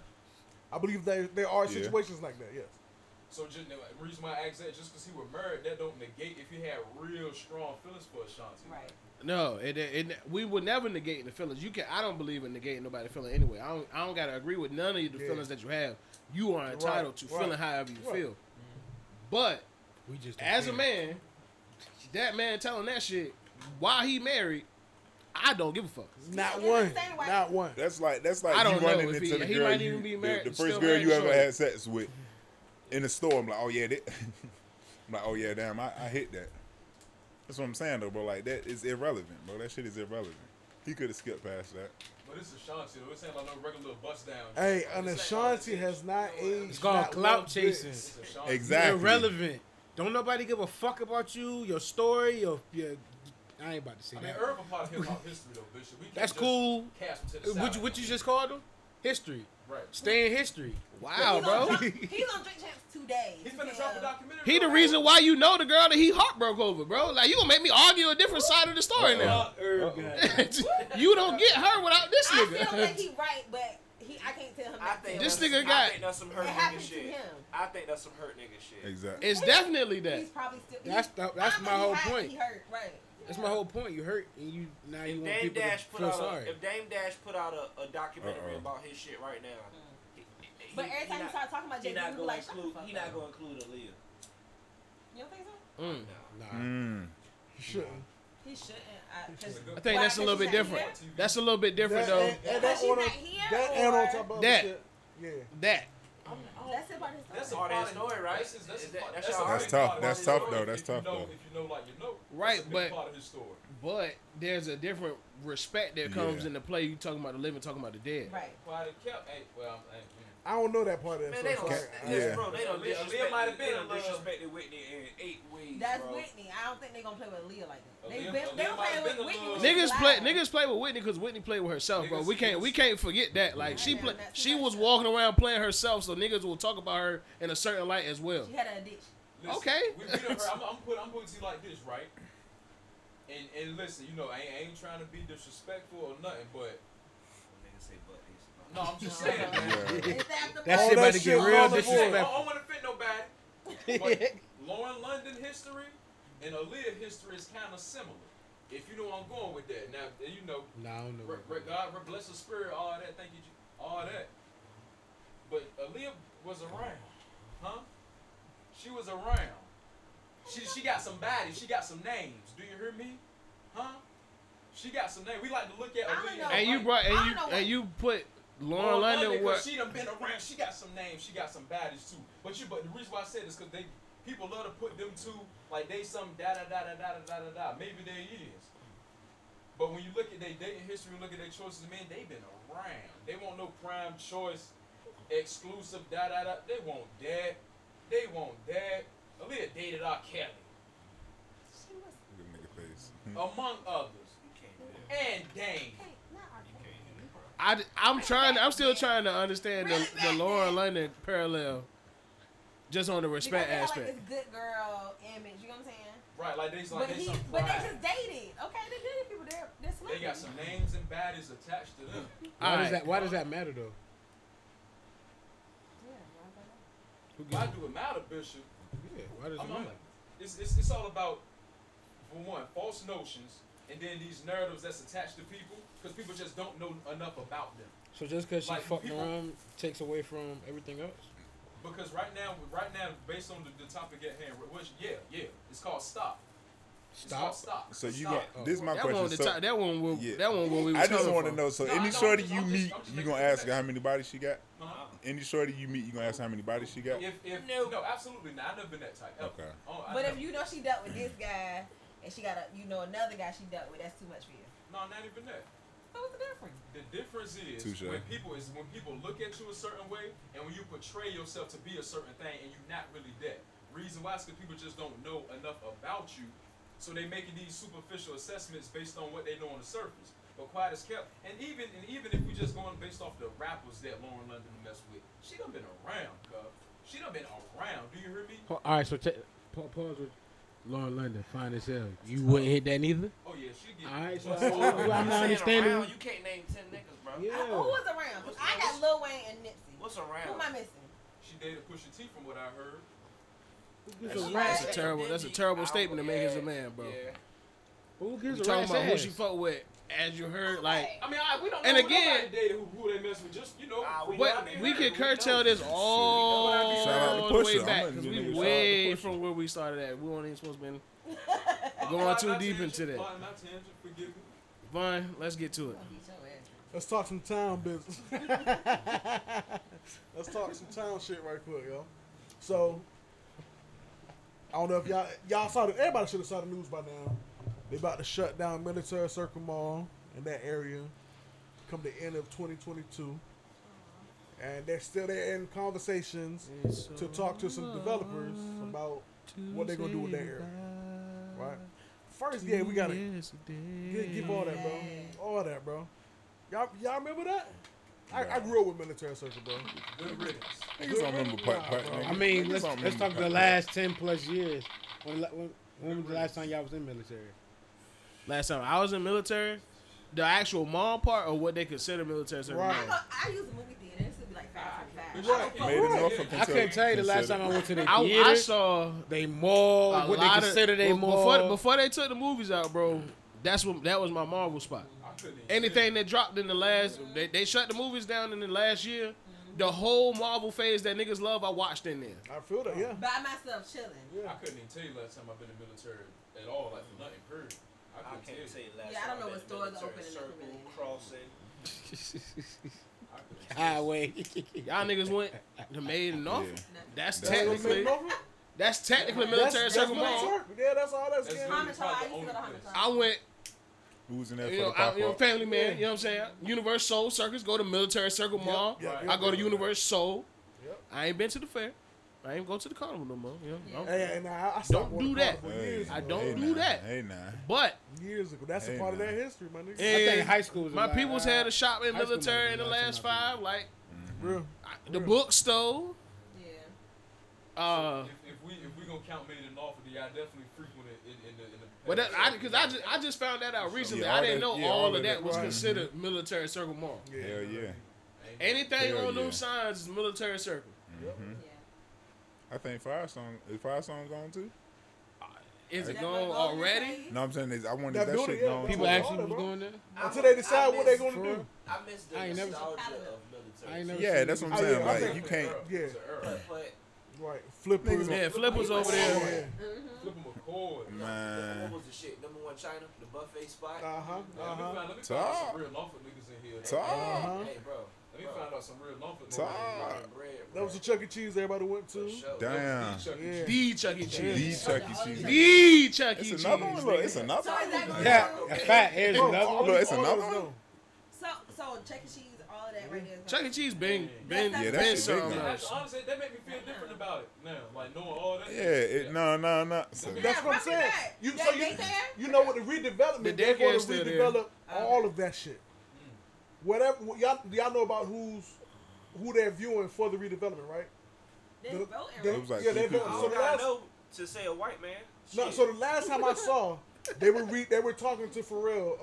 S10: I believe there there are
S6: Yeah.
S10: situations like that. Yes.
S4: So, just the reason why I asked that, just because he was married, that don't negate if he had real strong feelings for Ashanti.
S5: Right.
S12: No, it, it, it- we would never negate the feelings. You can. I don't believe in negating nobody feeling anyway. I don't. I don't gotta agree with none of the
S10: Yeah.
S12: feelings that you have. You are entitled to
S10: right,
S12: feeling however you
S10: right.
S12: feel. But
S9: We just don't
S12: as a
S9: care.
S12: man, that man telling that shit while he married, I don't give a fuck.
S10: Not
S5: Yeah,
S10: one.
S5: understand why-
S10: Not one.
S6: That's like that's like
S12: I don't
S6: you running
S12: know if
S6: into
S12: he-
S6: the
S12: he
S6: girl
S12: might
S6: you-
S12: even be
S6: the-
S12: married-
S6: the,
S12: still
S6: first girl you
S12: married,
S6: ever
S12: so-
S6: had sex with in the store. I'm like, oh yeah, that. I'm like, oh yeah, damn, I, I hit that. That's what I'm saying though, bro. Like that is irrelevant, bro. That shit is irrelevant. He could have skipped past that.
S4: But it's Ashanti, though. This ain't like no regular bust down.
S10: Hey,
S4: This
S10: and
S4: ain't
S10: Ashanti
S4: like-
S10: has not aged.
S9: It's called
S10: not
S9: clout
S10: one bit.
S9: chasing.
S4: It's Ashanti.
S6: Exactly.
S9: Irrelevant. Don't nobody give a fuck about you, your story, your, your I ain't about to say
S4: I mean,
S9: that.
S4: Irv a part of hip hop history, though, Bishop. We can't
S9: That's
S4: just
S9: cool.
S4: Cast him to the side.
S9: What you, what you just called him? History.
S4: Right.
S9: Stay in history.
S5: He
S9: Wow,
S5: gonna
S9: bro.
S5: drop- He gonna drink champs today.
S4: He's finna drop a documentary.
S7: He the
S4: though.
S7: reason why you know the girl that he heartbroke over, bro. Like you gonna make me argue a different side of the story now. you don't get her without this
S5: I feel
S7: nigga.
S5: like he right, but he I can't tell him.
S3: I
S5: not
S3: think
S5: to.
S7: This
S3: that's-
S7: nigga
S3: I
S7: got-
S3: think that's some hurt
S5: It
S3: nigga
S5: happened to
S3: shit.
S5: him.
S3: I think that's some hurt nigga shit.
S6: Exactly.
S7: It's definitely that.
S5: He's probably still.
S9: That's
S5: he-
S9: the- that's
S5: I'm
S9: my
S5: like,
S9: whole
S5: he hot,
S9: point.
S5: He hurt, right?
S9: That's my whole point. You hurt and you now you
S3: If
S9: want
S3: Dame
S9: people
S3: Dash
S9: to
S3: put
S9: feel
S3: out
S9: sorry.
S3: a, if Dame Dash put out a, a documentary
S6: Uh-oh.
S3: about his shit right now, he- he-
S5: Mm. But every
S3: he
S5: time you
S3: not-
S5: start talking about
S3: he
S5: Jay Z,
S3: not
S5: you
S3: gonna
S5: like, shut the
S3: include
S5: fuck Oh,
S3: he
S5: up.
S3: not gonna include Aaliyah.
S5: You don't think so?
S7: Mm.
S9: Nah.
S6: Mm.
S10: You shouldn't.
S5: He shouldn't. I, 'cause-
S4: I
S7: I think
S5: Why?
S7: that's a little
S5: 'Cause
S7: bit
S5: she's not
S7: different.
S5: here?
S7: That's a little bit different though.
S10: and- and
S5: Because
S10: that
S5: she's
S10: on
S5: not
S10: a-
S5: here.
S10: That and on
S5: or-
S10: top of other
S7: That.
S10: shit. Yeah.
S7: That.
S5: That's the part of the
S4: That's a
S5: story.
S3: Part
S4: part
S3: of
S4: of
S3: his story, right?
S4: That's, his- that's,
S3: Is that-
S4: that's,
S3: that's
S4: a
S3: all-
S6: That's
S4: big
S6: tough.
S4: part of
S6: That's
S4: his
S6: tough,
S4: story.
S6: though. That's
S4: If you
S6: tough,
S4: know,
S6: though.
S4: If you know, like you know. That's
S7: Right,
S4: a big
S7: but-
S4: part of his story.
S7: But there's a different respect that comes
S6: Yeah.
S7: into play. You talking about the living, talking about the dead.
S5: Right.
S4: Why they kept? Hey, well, I'm- hey, mm.
S10: I don't know that part of that.
S3: Man,
S10: so
S3: they
S10: it's
S3: don't.
S10: like, I-
S3: listen,
S6: Yeah.
S3: bro, they don't
S4: Aaliyah
S3: disrespect.
S4: might have
S3: they
S4: been
S3: done
S4: in love.
S3: disrespected Whitney in eight ways,
S5: That's
S3: bro.
S5: Whitney. I don't think they're gonna play with Leah like that. They, been,
S4: Aaliyah-
S5: they were
S4: Aaliyah might
S5: playing with
S4: have been
S5: Whitney.
S4: a
S5: when
S4: little-
S5: she
S7: Niggas
S5: was
S7: play
S5: alive.
S7: niggas play with Whitney because Whitney played with herself, bro.
S4: Niggas-
S7: We can't we can't forget that. Like she play, she was walking around playing herself, so niggas will talk about her in a certain light as well.
S5: She had an addiction.
S4: Listen,
S7: Okay.
S4: We, we done heard, I'm, I'm putting I'm putting it to you like this, right? And and listen, you know, I ain't, I ain't trying to be disrespectful or nothing, but
S3: Nigga say butt ass.
S4: no, I'm just saying. man.
S6: Yeah.
S5: Is that the
S9: That
S10: All
S5: part?
S9: shit about
S10: that
S9: to
S10: shit
S9: get real
S10: all the
S4: I don't,
S9: disrespectful.
S4: want to fit nobody. But Lauren London history and Aaliyah history is kind of similar. If you know where I'm going with that, now then you know,
S9: Nah, I don't know.
S4: re, re, God re- bless the spirit, all that. Thank you, Je- all that. But Aaliyah was around, huh? She was around. She she got some bodies. She got some names. Do you hear me? Huh? She got some names. We like to look at
S5: I don't know.
S4: Aaliyah.
S7: And you
S4: like-
S7: brought
S5: I
S7: and
S5: don't
S7: you
S5: know what-
S7: and you put Lauren
S4: Lauren
S7: London
S4: 'cause
S7: what
S4: she done been around. She got some names. She got some badges too. But you, but the reason why I said this because they people love to put them two like they some da da da da da da da da da. Maybe they is. But when you look at their dating history and look at their choices, man, they been around. They want no prime choice, exclusive da da da. They want that. They want that. Aaliyah dated R. Kelly,
S5: She was.
S6: Look at the nigga face.
S4: among others, and Dane.
S5: Hey, not our
S7: I I'm trying I'm still trying to understand the, the Lauren London parallel just on the
S5: Because
S7: respect
S5: they had, like
S7: aspect.
S5: this good girl image. You know what I'm saying?
S4: Right, like they
S5: But
S4: like they
S5: he,
S4: some
S5: but they
S4: pride.
S5: just dated. Okay, they dated people. They're they're
S4: They got
S5: celebrities.
S4: some names and badges attached to them.
S9: Why
S7: Alright.
S9: does that Why does that matter though?
S5: Yeah, why is that not?
S9: Who gives
S4: Why
S9: a-
S4: do it matter, Bishop?
S9: yeah, why does it
S4: I'm-
S9: matter?
S4: I'm- It's, it's, it's all about, for one, false notions, and then these narratives that's attached to people, because people just don't know enough about them.
S9: So just because she
S4: Like,
S9: fucked
S4: people-
S9: around takes away from everything else.
S4: Because right now, right now, based on the, the topic at hand, which yeah, yeah, it's called stop. It's
S9: Stop.
S4: called stop.
S6: So you
S4: Stop.
S6: got this. Is my
S7: That one
S6: question.
S7: the
S6: So
S7: top, that one will
S6: yeah.
S7: that one will we
S6: I just want to know. So
S4: No, I
S6: any
S4: know,
S6: shorty
S4: I'm
S6: you
S4: just-
S6: meet,
S4: I'm just
S6: you
S4: making
S6: gonna
S4: sure
S6: ask her
S4: that-
S6: how many bodies she got?
S4: Uh-huh.
S6: Any shorty you meet, you gonna ask how many bodies she got?
S4: If, if
S3: No.
S4: no. absolutely not. I've never been that type. ever.
S6: Okay.
S4: Oh, I
S5: But if
S4: never-
S5: you know she dealt with this guy and she got a, you know, another guy she dealt with, that's too much for you.
S4: no, not even that.
S5: So what's the difference?
S4: The difference is
S6: Touche.
S4: when people is when people look at you a certain way and when you portray yourself to be a certain thing and you're not really that. Reason why is because people just don't know enough about you, so they making these superficial assessments based on what they know on the surface. But quiet is kept, and even and even if we just going based off the rappers that Lauren London mess with, she done been around, cuz. She done been around. Do you hear me?
S9: All right, so take pause with Lauren London. Fine as hell. You wouldn't hit that neither.
S4: Oh yeah, she get.
S9: All right, so uh,
S4: What's up?
S9: I'm not
S3: saying
S9: understanding.
S3: Around, you can't name ten niggas, bro.
S9: Yeah.
S5: I, who was around? 'Cause I got Lil Wayne and Nipsey.
S3: What's
S5: Who am I
S3: around?
S5: missing?
S4: She dated Pusha T from what I heard.
S9: Who gives a
S7: That's
S9: rat's
S7: a terrible that's a terrible statement to make as a man, bro.
S9: Who
S7: You
S9: gives a
S7: talking
S9: rat's
S7: about who
S9: ass?
S7: she fuck with as you heard like
S4: I mean, I, we don't.
S7: And
S4: know
S7: again-
S4: nobody dated who, who they mess with. Just you know,
S3: Ah, we know
S7: But
S3: they
S7: we
S3: heard
S7: can
S3: it, we know.
S7: curtail this all
S6: Shout out to
S7: the
S6: Pusha.
S7: way
S6: I'm
S7: back
S6: letting
S7: because
S6: you
S7: we
S6: niggas shout out to
S7: way
S6: Pusha.
S7: from where we started at. We weren't even supposed to be
S4: I'm
S7: going
S4: not
S7: too deep
S4: tangent,
S7: into that.
S4: I'm not tangent, forgive me.
S7: Vaughn, let's get to it.
S5: Beat your ass.
S10: Let's talk some town business. Let's talk some town shit right quick, y'all. So, I don't know if y'all y'all saw the everybody should have saw the news by now. They about to shut down Military Circle Mall. in that area come the end of 2022. And they're still there in conversations to talk to some developers about what they're gonna do with that area. Right? First, yeah, we gotta give, give all that, bro. All that, bro. Y'all, y'all remember that? I, I grew up with military circle, bro.
S4: Good riddance.
S6: Niggas don't remember putt putt.
S10: bro.
S6: nigga.
S9: I mean,
S6: Niggas
S9: let's,
S6: don't
S9: let's
S6: remember
S9: talk the
S6: putt-putt.
S9: last 10 plus years. When, la- when, when was the last time y'all was in military?
S7: Last time I was in military, the actual mall part or what they consider military service.
S10: Right.
S7: now.
S5: I use the movie theater. This would be like five times
S4: Right.
S6: Made in motherfucking
S9: I couldn't tell you the last
S6: Kentucky.
S9: time I went to the
S7: I,
S9: theater.
S7: I saw
S9: they mall,
S7: a
S9: what they
S7: lot of-
S9: consider they
S7: be-
S9: mall.
S7: Before, before they took the movies out, bro, that's what that was my Marvel spot.
S4: I couldn't even.
S7: Anything that dropped in the last, they, they shut the movies down in the last year. The whole Marvel phase that niggas love, I watched in there.
S10: I feel that, yeah.
S5: By myself chilling.
S4: I couldn't even tell you last time I've been in the military at all, like for nothing, period. I
S3: I
S4: couldn't tell
S3: can't
S4: you.
S3: say last.
S5: Yeah, I don't
S3: time
S5: know
S3: I've
S5: what
S3: been
S5: stores
S3: military
S5: open in the
S3: Circle
S5: community.
S3: crossing. I couldn't tell you.
S9: highway.
S7: Y'all niggas went to Made in Norfolk.
S6: Yeah.
S7: That's
S6: That's
S7: technically
S10: Norfolk?
S7: that's technically military
S10: that's,
S7: circle
S10: that's
S7: mall.
S10: military. Yeah, that's all that's,
S4: That's
S10: getting.
S4: really
S5: Hamatha,
S4: probably
S5: I
S4: the
S5: used to go to
S4: only place.
S5: Hamatha.
S7: I went,
S6: Who was in there for
S7: you
S6: the
S7: know, I,
S6: pop
S7: you know,
S6: up?
S7: family man. You know what I'm saying? Universe Soul Circus. Go to Military Circle Mall.
S10: yep,
S7: I
S10: yep,
S7: go to
S10: yep.
S7: Universe Soul.
S10: Yep.
S7: I ain't been to the fair. I ain't go to the carnival no more. You know,
S5: Yeah.
S7: I'm-
S10: Hey, and I, I stopped
S7: Don't
S10: going
S7: do
S10: to
S7: that.
S10: Carnival Years
S7: I
S10: ago.
S7: don't
S6: hey,
S7: do
S6: nah.
S7: that.
S6: Hey, nah.
S7: But
S10: Years ago, that's
S6: Hey,
S10: a part
S6: man.
S10: of that history, my nigga.
S7: Yeah.
S9: I think
S7: And
S9: high school was
S7: my
S9: like,
S7: people's
S9: uh,
S7: had a shop in
S9: high school
S7: military
S9: might
S7: in
S9: be
S7: the
S9: the last
S7: last
S9: time I
S7: five, like
S10: Real.
S7: I- the bookstore.
S5: Yeah.
S7: Uh,
S4: if, if we if we gonna count Made in Norfolk, yeah, I definitely frequent it in, in the in the.
S7: but that I because I just I just found that out recently.
S6: Yeah, all
S7: I didn't
S6: that-
S7: know
S6: yeah,
S7: all,
S6: all
S7: of
S6: of
S7: that
S6: that,
S7: was
S6: right.
S7: considered military circle mall.
S10: Yeah.
S6: Hell yeah.
S7: Anything
S6: Hell
S7: on
S6: yeah.
S7: those signs is military circle.
S6: Mm-hmm. I think Firestone is Firestone gone too.
S7: Is it
S5: That
S7: gone
S5: was
S7: already?
S6: No, I'm saying this. I wanted
S10: That
S6: that,
S10: building,
S6: shit
S10: yeah,
S6: gone.
S10: that
S9: People
S6: too.
S9: actually
S10: Florida,
S9: was
S10: bro.
S9: going there.
S10: Until they decide what they're going
S9: For
S10: to do.
S9: real.
S3: I miss the
S9: I ain't never-
S3: nostalgia
S5: Out of
S3: of military.
S9: I ain't never
S6: Yeah, that's what I'm
S10: Oh, yeah,
S6: saying.
S10: I
S6: Like
S10: think-
S6: you can't.
S10: Yeah.
S3: But, but
S10: Right. Flippers.
S6: Niggas
S7: Yeah, Flipper's over there.
S10: Yeah.
S4: Flip them a cord.
S6: Man,
S3: what was the shit? Number one China, the buffet spot.
S10: Uh huh.
S7: Uh-huh.
S4: Man,
S10: Uh
S4: let me
S10: huh.
S6: Talk.
S4: find, let me find out some real Norfolk niggas in here.
S6: Talk.
S10: Uh-huh.
S3: Hey, bro.
S4: Let me find out some real Norfolk niggas.
S6: Talk.
S4: in here.
S3: Bread, bro.
S10: That was the Chuck E. Cheese everybody went
S3: For
S10: to.
S3: sure.
S6: damn.
S4: Chuck E.
S10: Yeah.
S7: The Chuck E.
S6: These
S7: Cheese.
S6: Chuck E. Cheese.
S7: The Chuck E.
S6: It's
S7: Cheese.
S6: another one. Look, it's
S7: nigga.
S6: another
S5: So is that
S6: one.
S5: going
S9: Yeah,
S5: to
S9: fact, here's
S10: Bro,
S9: another
S10: all
S9: one.
S6: Look,
S10: these
S6: it's another
S10: orders,
S6: one?
S10: though.
S5: So, so Chuck E. Cheese, all of that right there. is
S7: Chuck E. Cheese been been
S5: Yeah,
S7: been
S5: that shit big
S7: something
S6: now.
S7: else.
S4: That's honestly, that make me feel different about it now. Like knowing all that.
S6: Yeah, it, no, no, no. So,
S10: That's what I'm
S5: run me
S10: saying.
S5: back.
S10: You,
S5: That
S10: so you,
S5: daycare?
S10: you know what the redevelopment?
S7: The
S10: they're going
S7: daycare's
S10: to
S7: still there.
S10: redevelop all of that shit. Whatever wh- y'all y'all know about who's who they're viewing for the redevelopment, right?
S5: They
S10: The-
S5: voting
S10: they-
S5: right?
S6: It was like
S10: yeah, they
S6: two
S10: voting.
S3: I
S6: people.
S10: So
S1: Oh,
S3: don't
S10: the
S3: gotta
S10: last
S3: know to say a white man.
S10: no,
S3: Shit.
S10: so the last time I saw, they were re, they were talking to Pharrell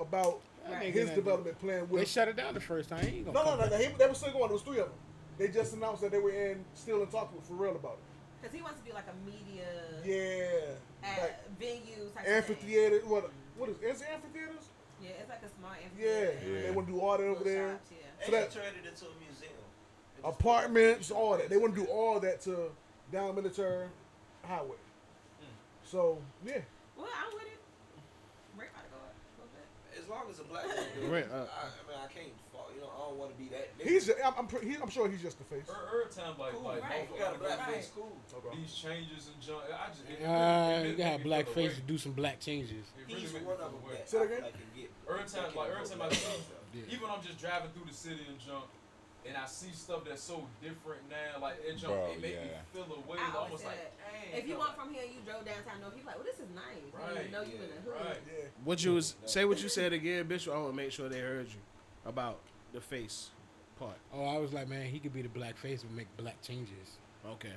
S10: about
S9: That nigga
S10: his
S9: done-
S10: development plan
S9: They
S10: with.
S9: shut it down the first time. He ain't gonna
S10: No, no,
S9: come
S10: no,
S9: back.
S10: they, they were still going. There was three of them. They just announced that they were in still in talk with Pharrell about it.
S5: Because he wants to do like a media
S10: Yeah,
S5: at
S10: like
S5: venue type of thing.
S10: amphitheater. What what is is it amphitheaters?
S5: Yeah, it's like a small
S10: Yeah,
S5: amphitheater.
S10: they want to do all that over
S5: Little
S10: there.
S5: shops,
S3: They
S10: So that-
S3: should turn it into a museum. They just-
S10: apartments, all that. They want to do all that to down military highway. So yeah,
S5: yeah. Well, I'm with it. We're about to go up a little bit.
S3: As long as a black man do it,
S7: Rent
S3: I, I
S7: up.
S3: mean, I can't fault. You know, I don't want to be that. Nigga.
S10: he's. I'm. I'm, pre- he, I'm sure he's just the face.
S4: Er, er time like
S3: cool,
S4: like
S5: right.
S4: Norfolk,
S3: We got a
S4: like,
S3: black face, cool.
S10: Okay.
S4: These changes and junk. I just. it- it-
S9: Uh,
S4: it-
S9: you
S4: it
S9: gotta
S4: make me
S9: have
S4: feel
S9: black
S4: the
S9: face
S4: way.
S9: to do some black changes.
S4: It really
S3: He's
S4: make me
S3: one
S4: feel
S3: of
S4: the
S3: them
S4: way.
S3: that
S10: Say that
S3: I
S10: again?
S3: feel like can get.
S4: Every time, like every time I see,
S3: Yeah.
S4: even when I'm just driving through the city and junk, and I see stuff that's so different now, like it junk,
S6: Bro,
S4: it make me
S6: yeah.
S4: feel a way,
S5: I always
S4: almost
S5: say
S4: like, dang.
S5: If you
S4: I'm
S5: want
S4: like,
S5: from here, you drove downtown North. You're like, well, this is nice. You don't
S4: Right,
S5: even know you in the hood.
S4: right.
S10: Yeah.
S7: What you was say? What you said again, bitch? I want to make sure they heard you about the face part.
S9: Oh, I was like, man, he could be the black face and make black changes.
S7: Okay.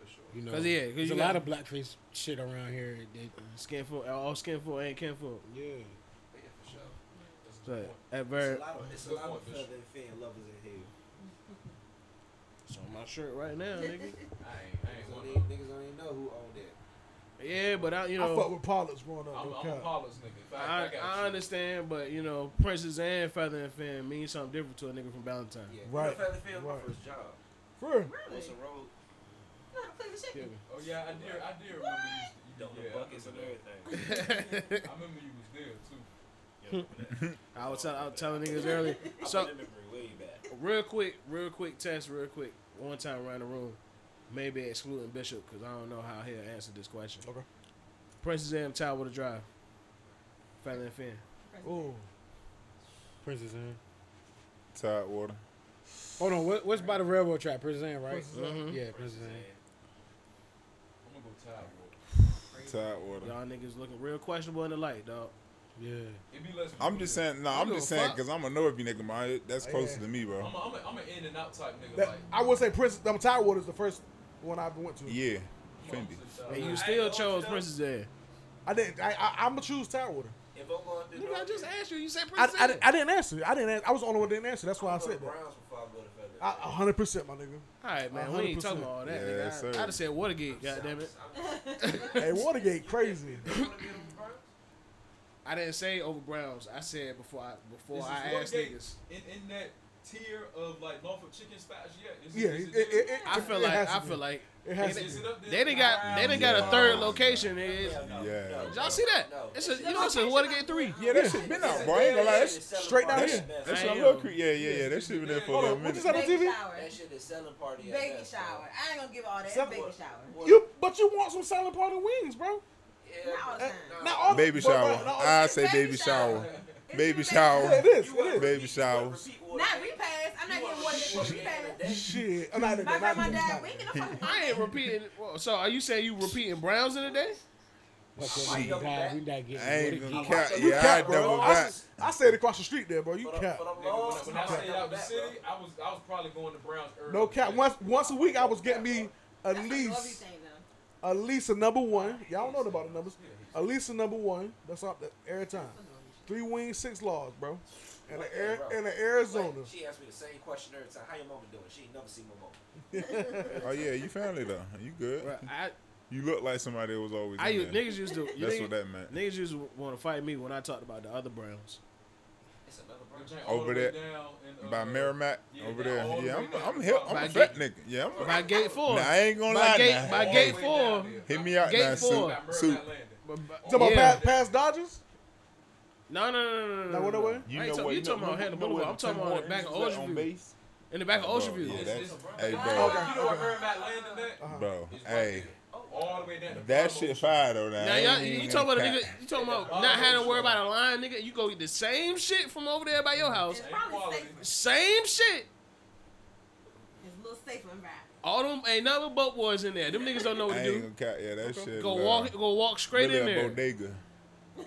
S4: For sure.
S9: You know,
S7: 'Cause, yeah, 'cause
S9: there's
S7: you
S9: a
S7: got-
S9: lot of black face shit around here. That,
S7: Skinful, all skinful ain't kinful.
S9: yeah,
S3: Yeah, for
S4: Mm-hmm.
S3: sure.
S4: That's a good
S7: So
S4: point.
S7: at
S3: It's
S7: very
S3: a lot of, it's a
S4: Good
S3: lot of
S4: point, Bishop.
S3: feather and fan lovers in here.
S7: it's on my shirt right now, nigga.
S4: I ain't, I ain't
S3: Niggas
S4: one of
S3: don't even, niggas don't even know who owned that.
S7: Yeah, but I, you
S10: I fuck
S7: know,
S10: with Pollard's growing up.
S4: I'm,
S10: no
S4: I'm a
S10: cap.
S4: Paula's nigga. In fact,
S7: I,
S4: got
S7: I
S4: you.
S7: understand, but you know, princess and feather and fin mean something different to a nigga from Valentine.
S3: Yeah.
S10: Right,
S3: Feather and fan was
S10: right.
S3: my first job.
S10: For real.
S5: Really?
S3: Wilson Road,
S5: You know how to play the
S7: Yeah.
S5: shit?
S4: Oh yeah, I did. I did remember you.
S3: dumped
S4: yeah,
S3: the buckets
S4: I
S3: and
S4: remember that.
S3: everything.
S4: I remember you was there too.
S7: I was telling, I was telling niggas earlier. So
S3: I remember way back.
S7: real quick, real quick test, real quick. One time around the room, maybe excluding Bishop because I don't know how he'll answer this question.
S10: Okay.
S7: Princess and Tower to drive. Feather and fin.
S10: Oh,
S13: Prince is in.
S6: Tidewater.
S9: Hold on, what, what's by the railroad track? Prison, Ann, right? Mm-hmm.
S10: Princess Anne.
S7: Mm-hmm.
S9: Yeah, Prison. Ann.
S4: I'm gonna go Tidewater.
S6: Tidewater.
S7: Y'all niggas looking real questionable in the light, dog.
S9: Yeah.
S4: It be less.
S6: I'm just saying, no, nah, I'm
S7: You
S6: just
S7: give a
S6: saying,
S7: fuck?
S6: because I'm a know if you nigga, my that's
S10: Oh,
S6: closer
S10: yeah.
S6: to me, bro.
S4: I'm a, I'm, a, I'm an in and out type nigga.
S10: That,
S4: like,
S10: I would say Prince. I'm Tidewater is the first one I went to.
S6: Yeah, Fendi.
S7: And you
S3: I
S7: still
S3: ain't
S7: chose
S3: gonna-
S7: Princess Anne.
S10: I didn't. I, I, I'm gonna choose Tidewater.
S3: If I'm going to
S7: Nigga, I just asked you. You said
S10: I,
S7: Princess
S10: I,
S7: Anne.
S10: I didn't answer. I didn't. Answer. I was the only one that didn't answer. That's why I
S3: go to
S10: said that.
S3: Browns before I go to Feather.
S10: I- a hundred percent, my nigga.
S7: All right, man. We ain't talking about all that.
S6: Yeah,
S7: nigga. I,
S6: sir.
S7: I'd have said Watergate. Goddamn it.
S10: Hey, Watergate, crazy.
S7: I didn't say over Browns. I said before I before
S4: This is
S7: I
S4: one
S7: asked
S4: gate.
S7: niggas.
S4: in, in that tier of like Norfolk chicken spatch yet. Is
S10: Yeah,
S4: is
S10: it, it, it,
S7: I feel
S10: it
S7: like
S10: has
S7: I
S10: to
S7: feel
S10: be.
S7: like
S10: it has
S4: is
S10: to.
S4: it up there?
S7: they done got they done got a third location. nigga.
S3: Hell no,
S6: Yeah.
S3: no,
S7: Did
S3: no,
S7: y'all see that?
S3: no.
S7: It's a you know it's a Watergate three.
S10: Yeah,
S6: That
S10: that's
S6: shit
S10: it.
S6: been out, bro. I ain't gonna lie.
S3: That
S6: That's,
S3: shit is selling
S10: straight down
S3: party
S6: here.
S3: at best.
S6: that's
S7: Damn.
S6: on Little Creek. Yeah, yeah, yeah. That shit been there for a
S10: Hold on, what
S6: minute.
S10: is that on
S5: Baby
S10: TV?
S5: shower.
S3: That shit is selling party at
S5: Baby
S3: best, bro.
S5: shower. I ain't gonna give all that.
S10: Seven-
S5: Baby shower.
S3: What-
S10: You, but you want some silent party wings, bro?
S3: Yeah,
S5: Not all the
S3: but-
S5: time.
S10: Not all
S6: Baby
S10: but- but-
S6: shower.
S10: not all-
S6: I say
S5: Baby
S6: baby
S5: shower.
S6: shower.
S5: It's
S6: Baby
S5: been
S10: Yeah,
S6: shower.
S10: it is.
S3: You want
S10: It
S6: Baby
S3: repeat-
S6: showers.
S3: repeat
S5: Not
S3: water.
S5: repass. I'm not
S3: You
S5: getting
S3: want
S5: water.
S3: repeat
S5: Repass.
S3: water at
S10: is.
S3: best.
S10: Shit, I'm not.
S5: My
S10: not-
S5: grandma
S10: not-
S5: died. We ain't gonna fucking.
S7: I ain't repeating. Well, so are you saying you repeating Browns in a day?
S9: Fuck that nigga, God, we not getting
S6: I ain't gonna
S9: Watergate.
S6: count.
S3: You
S6: Yeah, I
S10: Cap, bro.
S6: double
S10: I,
S6: back.
S10: s- I said across the street there, bro. You
S3: For the-
S10: cap.
S3: for the
S4: Nigga, when I-
S3: longest
S4: when I
S3: time
S4: stayed out the
S3: back, bro.
S4: city, I was I was probably going to Browns early.
S10: No cap.
S4: Yeah.
S10: Once once a week, I was getting me at
S5: That's a lovely
S10: least
S5: thing, though.
S10: at least a number one. Y'all don't know about the numbers. At least a number one. That's up that every time. Three wings, six laws, bro. And a, Ari- and a Arizona.
S3: Like, She asked me the same question every time. How your mama doing? She ain't never seen my mama.
S6: Oh yeah, you family though. You good?
S7: Bruh, I
S6: You look like somebody that was always.
S7: I
S6: in
S7: used,
S6: there.
S7: niggas used to. You
S6: That's
S7: niggas,
S6: what that meant.
S7: Niggas used to want to fight me when I talked about the other Browns.
S3: It's another
S4: It
S3: brand.
S4: came all the
S6: Over
S4: way
S6: there.
S4: down in, uh,
S6: By Merrimack
S4: Yeah,
S6: over
S4: that
S6: there.
S4: all the
S6: Yeah,
S4: way
S6: I'm.
S4: down.
S6: I'm hip. I'm
S7: By
S6: a fat
S7: gate.
S6: nigga. Yeah, I'm.
S7: By gate four.
S6: Nah, I ain't gonna
S7: by
S6: lie.
S7: gate
S6: now.
S7: by
S4: All
S7: gate
S4: the way
S7: four.
S4: down there.
S6: Hit me out
S7: Gate
S6: now.
S4: By
S7: four.
S6: Soup.
S4: Merrimack
S6: Soup.
S4: Landing.
S7: But- but-
S10: Talking about
S7: yeah.
S10: past, past Dodgers?
S7: No, no, no, no, no, no.
S10: Now, what
S7: no,
S10: that
S7: no.
S10: way?
S7: I ain't talking- you talking about Hannah Boulevard. I'm talking about the back of Ocean View.
S6: base.
S7: In the back of
S6: Bro,
S7: Ocean View.
S6: yeah,
S4: It's-
S6: that's-
S4: it's a
S6: Hey,
S4: brand.
S6: bro.
S4: You know where Merrimack Landing at?
S10: Uh-huh.
S6: Bro,
S4: It's right
S6: hey,
S5: Oh.
S4: there. All the way down. to
S6: that
S4: Bravo.
S6: shit fire though. Now,
S7: Now
S6: I
S7: y'all,
S6: ain't
S7: you
S6: even
S7: talking about a
S6: gonna
S7: nigga?
S6: cap.
S7: You talking about not having to worry about a line, nigga? You go get the same shit from over there by your house.
S5: It's probably
S4: quality.
S5: safer.
S7: Same shit.
S5: It's a little safer environment.
S7: All them ain't nothing but boat boys in there. Them niggas don't know what
S6: I
S7: to
S6: ain't
S7: do.
S6: gonna cap. Yeah, that shit.
S7: Go
S6: love.
S7: walk, go walk straight
S6: Really
S7: in
S6: a
S7: there,
S6: bodega.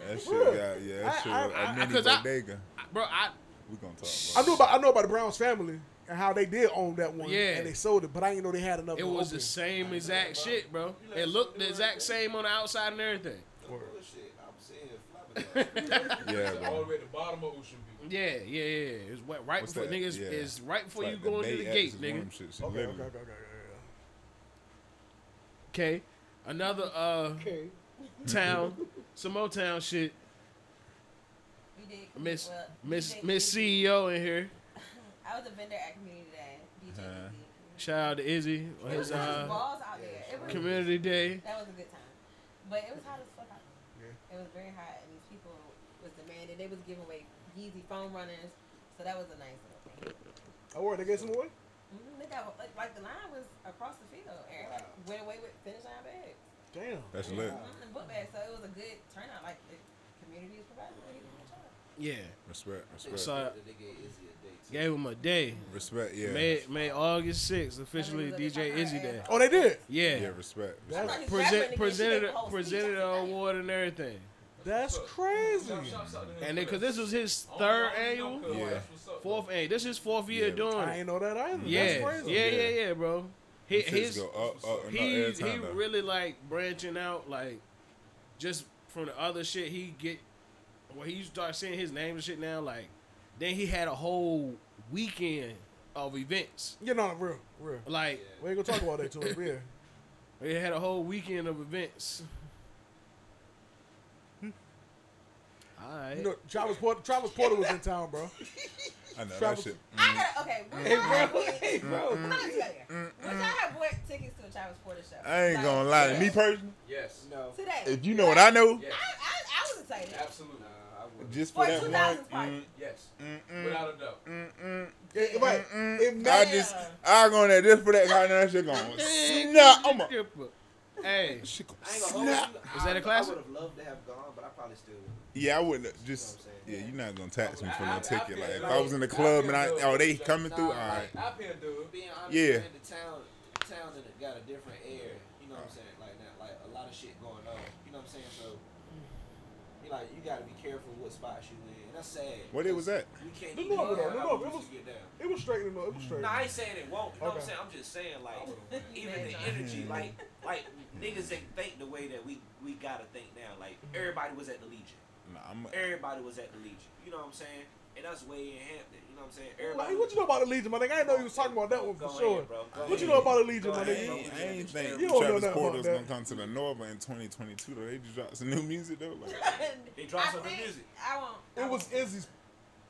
S6: That shit
S10: Really?
S6: got yeah. That
S10: I-
S6: shit
S10: I-
S6: was
S7: I-
S6: a mini
S7: 'cause I-
S6: bodega.
S7: I- bro. I
S6: We gonna talk.
S10: I
S6: About
S10: knew about I know about the Browns family and how they did own that one.
S7: Yeah.
S10: And they sold it, but I didn't know they had another
S7: it
S10: one.
S7: was the
S10: open.
S7: same exact shit, bro. It looked the exact same on the outside and everything.
S8: Bullshit. I'm sitting here flabbergasted.
S6: it. Yeah,
S4: It's all the
S6: bro.
S4: way at the bottom of Ocean View.
S7: Yeah, yeah, yeah. It's wet right
S6: What's
S7: before
S6: that?
S7: niggas
S6: Yeah.
S7: is right before
S6: It's
S7: you
S6: like
S7: go into
S6: day
S7: the
S6: after
S7: gate,
S6: some
S7: nigga.
S6: worm Shit, shit,
S10: Okay, okay,
S6: literally.
S10: okay, okay, okay,
S7: Okay, another uh
S9: Okay.
S7: town, some old town shit.
S5: You did. come
S7: Miss
S5: up.
S7: Miss
S5: DJ
S7: Miss
S5: Izzy.
S7: CEO in here.
S5: I was a vendor at community day. DJ.
S6: Uh-huh.
S5: Izzy.
S7: Shout out to Izzy on
S5: It was
S7: his
S5: just
S7: uh,
S5: balls out there. It was,
S7: community day.
S5: That was a good time, but it was hot as fuck out. there.
S10: Yeah.
S5: It was very hot, and these people was demanding. They was giving away Yeezy phone runners, so that was a nice little thing.
S10: okay. Oh, word, they gave some away?
S5: Mm-hmm. They got like, like the line was across the field. Everybody went away with finish line bags,
S10: Damn.
S6: That's lit.
S5: Mhm, and book bags. So it was a good turnout. Like the community was providing. They did a good job.
S7: Yeah,
S6: Respect, respect,
S7: so
S3: The nigga is a day too.
S7: gave him a day.
S6: respect. Yeah,
S7: May May August 6th officially
S5: That nigga was
S7: DJ
S5: looking
S7: Izzy
S5: like
S7: Day.
S5: her
S10: Oh, they did.
S6: yeah,
S7: Yeah,
S6: respect.
S10: That-
S5: ass. I thought he was rapping
S7: present
S5: again. She did
S7: presented
S5: the whole speech.
S7: presented
S5: I
S7: an
S5: said, "Damn."
S7: award and everything.
S10: That's crazy.
S4: Shout- shouts out to him
S7: And
S4: for
S7: then, cause
S4: that.
S7: this was his
S4: I don't-
S7: third
S4: I don't know,
S7: annual,
S4: cuz
S6: Yeah.
S4: that's what's up,
S7: fourth annual. This is his fourth year
S6: Yeah.
S7: doing
S10: I
S7: it.
S10: ain't know that either.
S7: Yeah,
S10: That's crazy.
S7: yeah,
S6: Yeah.
S7: yeah, yeah, bro. He,
S6: Them shits
S7: his
S6: go up, up, and up
S7: he he
S6: every time. though.
S7: really like branching out, like just from the other shit he get. Where he start seeing his name and shit now, like then he had a whole weekend of events.
S10: You know, real, real.
S7: Like
S10: We ain't gonna talk about that too much. Yeah.
S7: he had a whole weekend of events. All right.
S10: You know, Travis Porter, Travis Porter was in town, bro.
S6: I know that
S10: Travis-
S6: shit. mm.
S5: I gotta okay. Would y'all have went- Come on, let's go there. Would y'all have bought tickets to a Travis Porter show?
S6: I ain't
S5: Like,
S6: gonna lie. To me personally,
S4: Yes.
S3: No.
S5: Today.
S6: if you know what I know,
S5: I,
S4: Yes.
S5: I, I was excited.
S4: Absolutely.
S3: Nah, I wouldn't.
S6: just
S5: For
S6: for
S5: a
S6: that
S5: 2000
S6: one.
S5: party.
S4: Yes.
S6: mm, mm,
S4: Without a doubt.
S6: mm, mm,
S10: Yeah, right. If
S6: I
S10: not,
S6: just I go in there just for that kind of shit going. Nah, I'm a,
S7: Hey,
S6: She go,
S3: I ain't gonna
S6: snap.
S3: hold you.
S7: Is that a
S3: I-
S7: classic?
S3: I would have loved to have gone, but I probably still would.
S6: Yeah, I wouldn't have just.
S3: You know what I'm
S6: Yeah,
S3: saying?
S6: you're not gonna tax me for
S4: I-
S6: no
S4: I
S6: ticket.
S4: feel
S6: Like if
S4: like-
S6: I was in the
S4: I
S6: club
S4: feel
S6: and I
S4: like-
S6: oh they coming through, all
S1: Nah,
S6: right.
S4: I pin dude.
S1: Being honest,
S6: Yeah.
S1: man, the town, the town in it got a different air. You
S3: Uh.
S1: know what I'm saying? Like that, like a lot of shit going on. You know what I'm saying? So, you like you gotta be careful what spots you in. And that's sad.
S6: What it was that?
S1: We can't
S10: No,
S1: get
S10: no,
S1: down
S10: no,
S1: how
S10: no, no,
S1: we
S10: it
S1: used to
S10: was-
S1: get down.
S10: It was straight, no, it was straight.
S1: No, I ain't saying it won't. You know what I'm
S10: Okay.
S1: saying? I'm just saying like even the energy, like like niggas ain't think the way that we we gotta think now. Like
S10: Mm-hmm.
S1: everybody was at the Legion.
S6: Nah, I'm,
S1: Everybody was at the Legion. You know what I'm saying? And that's way in Hampton. You know what I'm saying?
S10: Like, what you know about the Legion, my nigga? I didn't know you was talking about that one
S1: Go
S10: for
S1: ahead,
S10: sure.
S1: bro. Go
S10: What you
S1: ahead.
S10: know about the Legion, my
S1: Go
S6: I
S1: ahead.
S10: nigga?
S6: ain't, I ain't think
S10: You don't know
S6: Travis
S10: nothing about
S6: Porter's
S10: that.
S6: gonna come to the Nova in 2022 though. They just dropped some new music though. Like,
S1: They dropped
S5: I
S1: some new
S5: think-
S1: music.
S5: I won't. I
S10: It was
S5: won't.
S10: Izzy's,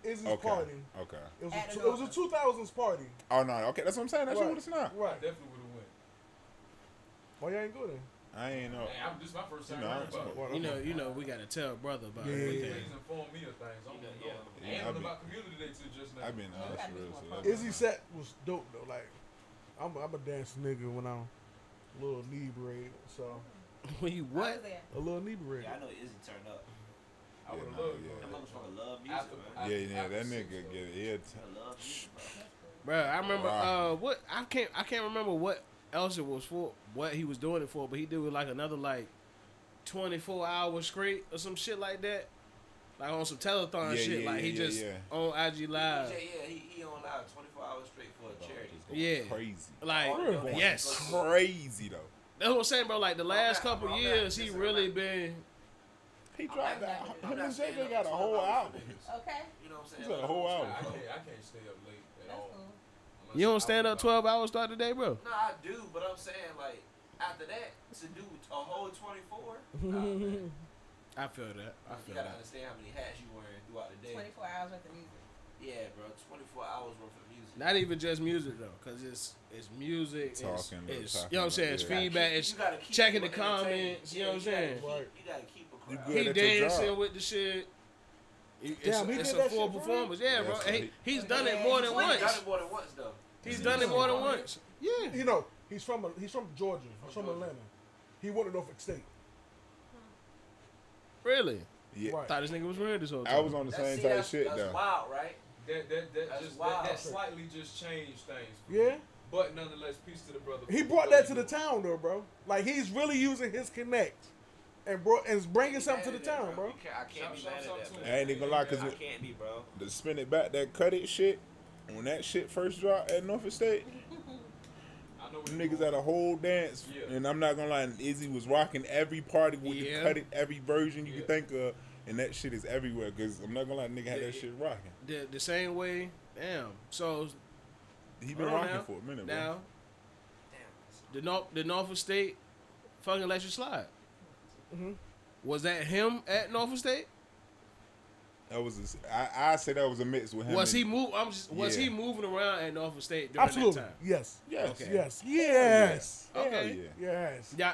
S10: Izzy's
S6: okay,
S10: party.
S6: okay.
S10: It was,
S5: At
S10: a,
S5: the
S10: two- it was a
S5: Nova.
S10: 2000s party.
S6: Oh no, okay. That's what I'm saying. That's
S10: Right.
S6: what it's not.
S4: I
S10: Right.
S4: definitely would have went.
S10: Why y'all ain't go there?
S6: I ain't Oh. know.
S4: Hey, I'm, this my first time
S6: No,
S4: hearing
S6: it's
S4: about it.
S6: cool.
S10: Right,
S7: you know,
S10: okay.
S7: you know, we gotta tell brother about
S10: Yeah,
S4: Please
S7: everything.
S4: inform me of things. I'm gonna
S1: Yeah.
S4: know.
S6: Yeah,
S4: And
S6: I've
S4: what
S6: been-
S4: about community day too just now?
S6: I've been honest for real. So that-
S10: Izzy set was dope though. Like, I'm a, I'm a dance nigga when I'm a little inebriated, so
S7: When you
S5: I was
S7: what?
S5: there.
S10: a little inebriated.
S1: Yeah, I know Izzy turned up.
S4: I would
S6: Yeah,
S4: have
S6: nah,
S4: loved
S6: yeah.
S1: That
S4: it.
S1: motherfucker love music,
S4: After-
S1: man.
S4: I-
S6: yeah,
S4: I
S6: yeah. That
S4: can see
S6: nigga
S4: so.
S6: get it. Yeah, t-
S1: I love music, bro.
S7: Bro, I remember
S6: Wow.
S7: uh what I can't I can't remember what else it was for, what he was doing it for, but he did like another like twenty four hour straight or some shit like that. Like on some telethon
S6: Yeah,
S7: shit.
S6: yeah,
S7: like he
S6: yeah,
S7: just
S6: yeah.
S7: on IG Live.
S1: Yeah, yeah, he, he on out 24 hours straight for a charity.
S6: just going
S7: Yeah.
S6: Crazy.
S7: Like
S1: Really?
S7: yes.
S6: Crazy though.
S7: That's what I'm saying, bro. Like the last
S1: not-
S7: couple
S1: I'm not
S7: years he
S1: dissing, I'm
S7: really
S1: not-
S7: been
S6: He
S1: I'm
S6: dropped
S1: not-
S6: out.
S1: I'm
S6: Him
S1: not
S6: and
S1: staying
S6: JJ
S1: up
S6: got a
S1: for
S6: whole
S1: 12 hours
S6: album.
S1: for this.
S5: Okay,
S1: You know what I'm saying?
S6: He got a whole
S4: I
S6: album.
S4: can't, I can't stay up late at
S5: that's
S4: all.
S5: cool.
S4: Unless
S7: You
S4: I'm
S7: don't stand
S4: out
S7: up
S4: and about.
S7: twelve hours throughout the day, bro.
S1: No, I do, but I'm saying, like, after that, to do a whole 24, nah, man.
S7: I feel that. I
S1: you
S7: feel
S1: gotta
S7: that.
S1: understand how many hats you wearing throughout the day.
S5: 24 hours worth of music.
S1: Yeah, bro, 24 hours worth of music.
S7: Not even just music though, cause it's it's music, it's,
S6: Talking, little
S7: it's
S6: talking,
S7: you know what I'm saying,
S6: little-
S7: it's
S6: yeah.
S7: feedback, it's
S1: You gotta keep
S7: checking the
S1: people entertained.
S7: comments, you know what I'm
S1: gotta
S7: saying?
S1: keep-
S10: Right.
S1: You gotta keep a
S6: You
S1: crowd.
S6: good
S7: he
S6: at your job.
S7: dancing with the shit. It's,
S10: Damn, he
S7: it's
S10: did
S7: a
S10: that
S7: full
S10: shit, bro?
S7: performance, yeah,
S6: Yeah,
S7: bro.
S6: that's
S7: Hey,
S6: right.
S7: he's done it more than
S5: He's
S1: He's done
S7: once.
S1: it more than once, though.
S7: He's done it more than once. Yeah,
S10: You know, he's from he's from Georgia. He's from
S4: Georgia.
S10: Atlanta. He went to Norfolk State.
S7: really.
S6: Yeah.
S10: Right.
S7: Thought this nigga was real this whole time.
S6: I was on the
S1: That's-
S6: same
S1: see,
S6: type
S1: that's-
S6: shit
S1: That's
S6: though.
S1: wild, right?
S4: That, that, that,
S1: That's
S4: just, that,
S1: wild.
S4: that slightly just changed things. for me.
S10: Yeah.
S4: But nonetheless, peace to the brother.
S10: He brought that to the town though, bro. Like he's really using his connect and brought and is bringing something to the town, bro.
S1: You can't- I can't be
S4: Shout- shout
S1: mad at
S4: out
S1: that,
S4: to
S6: I
S1: man.
S6: ain't even gonna lie, cause
S1: I
S6: when-
S1: can't be, bro.
S6: the spin it back, that cut it shit. When that shit first dropped at Norfolk State,
S4: I know what
S6: them
S4: you
S6: niggas
S4: want.
S6: had a whole dance,
S4: Yeah.
S6: and I'm not gonna lie, Izzy was rocking every party with
S7: Yeah.
S6: the cut it, every version you
S4: Yeah.
S6: could think of, and that shit is everywhere. Cause I'm not gonna lie, nigga had
S7: Yeah,
S6: that
S7: yeah.
S6: shit rocking.
S7: the, the same way. Damn. So
S6: He been
S7: hold on
S6: rocking
S7: now.
S6: for a minute,
S7: Now
S1: Damn.
S7: the North the Norfolk State fucking let you slide.
S10: Mhm.
S7: Was that him at Norfolk State?
S6: bro. That was, a s I I say that was a mix with him.
S7: Was
S6: and-
S7: he move? I'm just. Was
S6: Yeah.
S7: he moving around at Norfolk State during
S10: Absolutely.
S7: that time?
S10: Yes.
S6: Yes.
S7: Okay.
S10: Yes. Yes.
S6: Hell
S7: Okay.
S6: Oh, yeah.
S10: Yes.
S7: Yeah.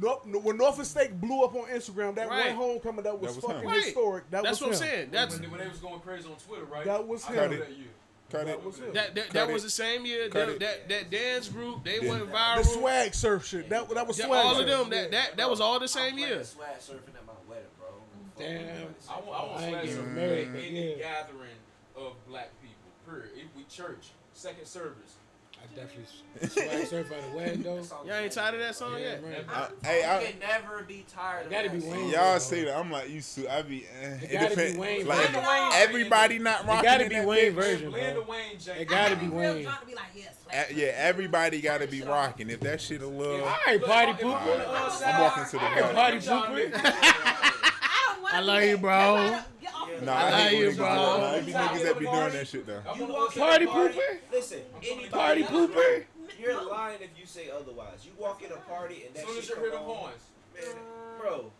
S10: Nope. No, when Norfolk State blew up on Instagram, that
S7: Right.
S10: one homecoming that was,
S6: That was him.
S10: fucking
S7: Right.
S10: historic. That
S7: That's
S10: was
S7: what I'm
S10: him.
S7: saying.
S4: When-
S7: That's
S4: when, they- when they was going crazy on Twitter, right?
S10: That was
S4: I
S10: him.
S4: know that year.
S6: Cut it.
S10: That was him.
S7: That that,
S6: Cut
S7: that was
S6: it.
S7: the same year
S6: Cut
S7: that,
S6: it.
S7: that that dance group they
S6: Yeah.
S7: went
S10: The
S7: viral.
S10: swag surf shit. That that was
S7: Yeah,
S10: swag.
S7: all of
S10: surf.
S7: them that,
S10: Yeah.
S7: that that was all the same
S1: I'm playing
S7: year.
S1: Swag surfing at my wedding, bro. Fuck
S9: Damn.
S1: with
S4: I want,
S1: me.
S4: I want
S9: I ain't
S4: slash
S9: getting
S4: of
S9: married, but
S4: any
S9: yeah.
S4: gathering of black people. Period. If we church, second service.
S9: I definitely swag surf out the wedding though.
S1: That song
S7: Y'all ain't
S1: is
S7: tired of
S1: amazing,
S7: that
S1: bro.
S7: song yet?
S9: man.
S6: I,
S1: You
S6: hey, I,
S1: can never be tired of
S9: gotta
S1: that
S9: be
S1: song.
S9: Wayne.
S6: y'all say that. I'm like, you su I be. Eh, it
S9: gotta be
S6: depend-
S9: Wayne
S6: Like,
S9: version.
S6: everybody not
S9: It
S6: rocking.
S9: gotta
S6: in
S9: be
S6: that
S9: Wayne
S6: bitch.
S9: version,
S4: Blend
S9: bro.
S4: the Wayne Jackson.
S9: It gotta be
S5: Real
S9: Wayne.
S5: drunk to be like, yes,
S6: Uh,
S5: let's
S6: yeah, everybody gotta be rocking. If that shit a little,
S9: All right, party
S4: Look, if I'm- if I'm on the
S9: pooper.
S4: other
S6: I'm
S4: side,
S6: walking to the party.
S9: Party pooper.
S5: I don't want
S7: I love you, bro.
S5: Get off
S1: Yeah.
S5: me.
S6: Nah,
S7: I
S6: I
S7: like
S6: hate
S7: you,
S6: when
S7: bro.
S6: niggas- nah, it be
S1: Top
S6: niggas
S1: of
S6: that
S1: the
S6: be doing
S1: party.
S6: that shit though.
S4: I'm
S1: You
S4: on the
S1: walk
S4: other
S1: in a
S9: Party
S1: party-
S9: pooper?
S1: Listen, anybody
S9: Party
S1: that's
S9: pooper.
S1: drunk, You're lying if you say otherwise. You walk in a party and
S4: As
S1: that
S4: soon as
S1: shit
S4: you hear the
S1: come on,
S4: horns.
S1: man,
S3: Uh,
S1: bro.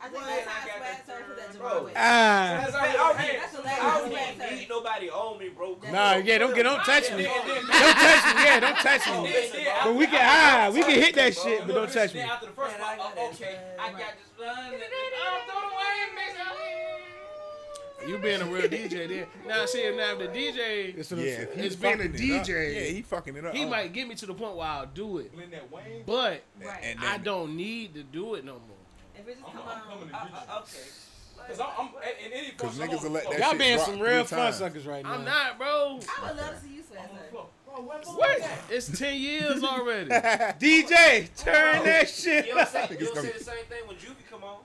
S5: I think
S4: Man,
S5: that's how
S4: got
S5: swag
S4: that
S5: surf is at
S4: third-
S5: Jamal.
S1: Bro.
S5: That's
S9: Ah.
S4: That's
S1: Man,
S5: the
S4: how we hands.
S1: I don't I don't
S5: last
S1: even
S5: swag
S1: need
S5: surf.
S1: nobody on me, bro. Come
S9: Nah,
S1: on,
S9: yeah, don't
S1: real.
S9: get, don't touch
S4: And
S9: me.
S4: then-
S9: Don't
S4: and then-
S9: touch me. Yeah, don't touch
S1: Oh,
S9: me.
S1: listen, bro.
S9: But we can high. We can hit that shit, but don't touch me.
S4: Then after the first
S1: Man, I
S4: one,
S1: got
S4: oh,
S1: that
S4: okay,
S1: swag.
S4: I got this one. Oh, throw it away, miss.
S7: You being a real DJ then. Now see now if the DJ
S9: That's what I'm
S6: Yeah,
S9: saying.
S6: if
S7: It's
S6: he
S7: being a
S6: fucking it up-
S9: DJ.
S6: Yeah, he fucking it up.
S7: he
S6: Oh,
S7: might get me to the point where I'll do it.
S4: Blend that Wayne.
S7: But
S6: and-
S5: Right.
S6: and
S7: I
S6: then-
S7: don't need to do it no more.
S5: If it just
S4: I'm,
S5: come
S4: I'm
S5: on, uh,
S4: coming to get you.
S3: Okay.
S4: Cause I'm, I'm in any
S6: Cause
S4: function, I'm
S6: niggas will
S4: on the
S6: let
S4: floor.
S6: that
S9: Y'all
S6: shit
S9: being
S6: drop
S9: some
S6: three
S9: real fun
S6: times.
S9: suckers right now.
S7: I'm not, bro.
S5: I would love to see you, Spencer.
S7: What? It's ten years already.
S9: DJ, turn that shit.
S3: You don't say, you
S6: Niggas
S3: don't
S6: gonna-
S3: say the same thing when Juvie come on.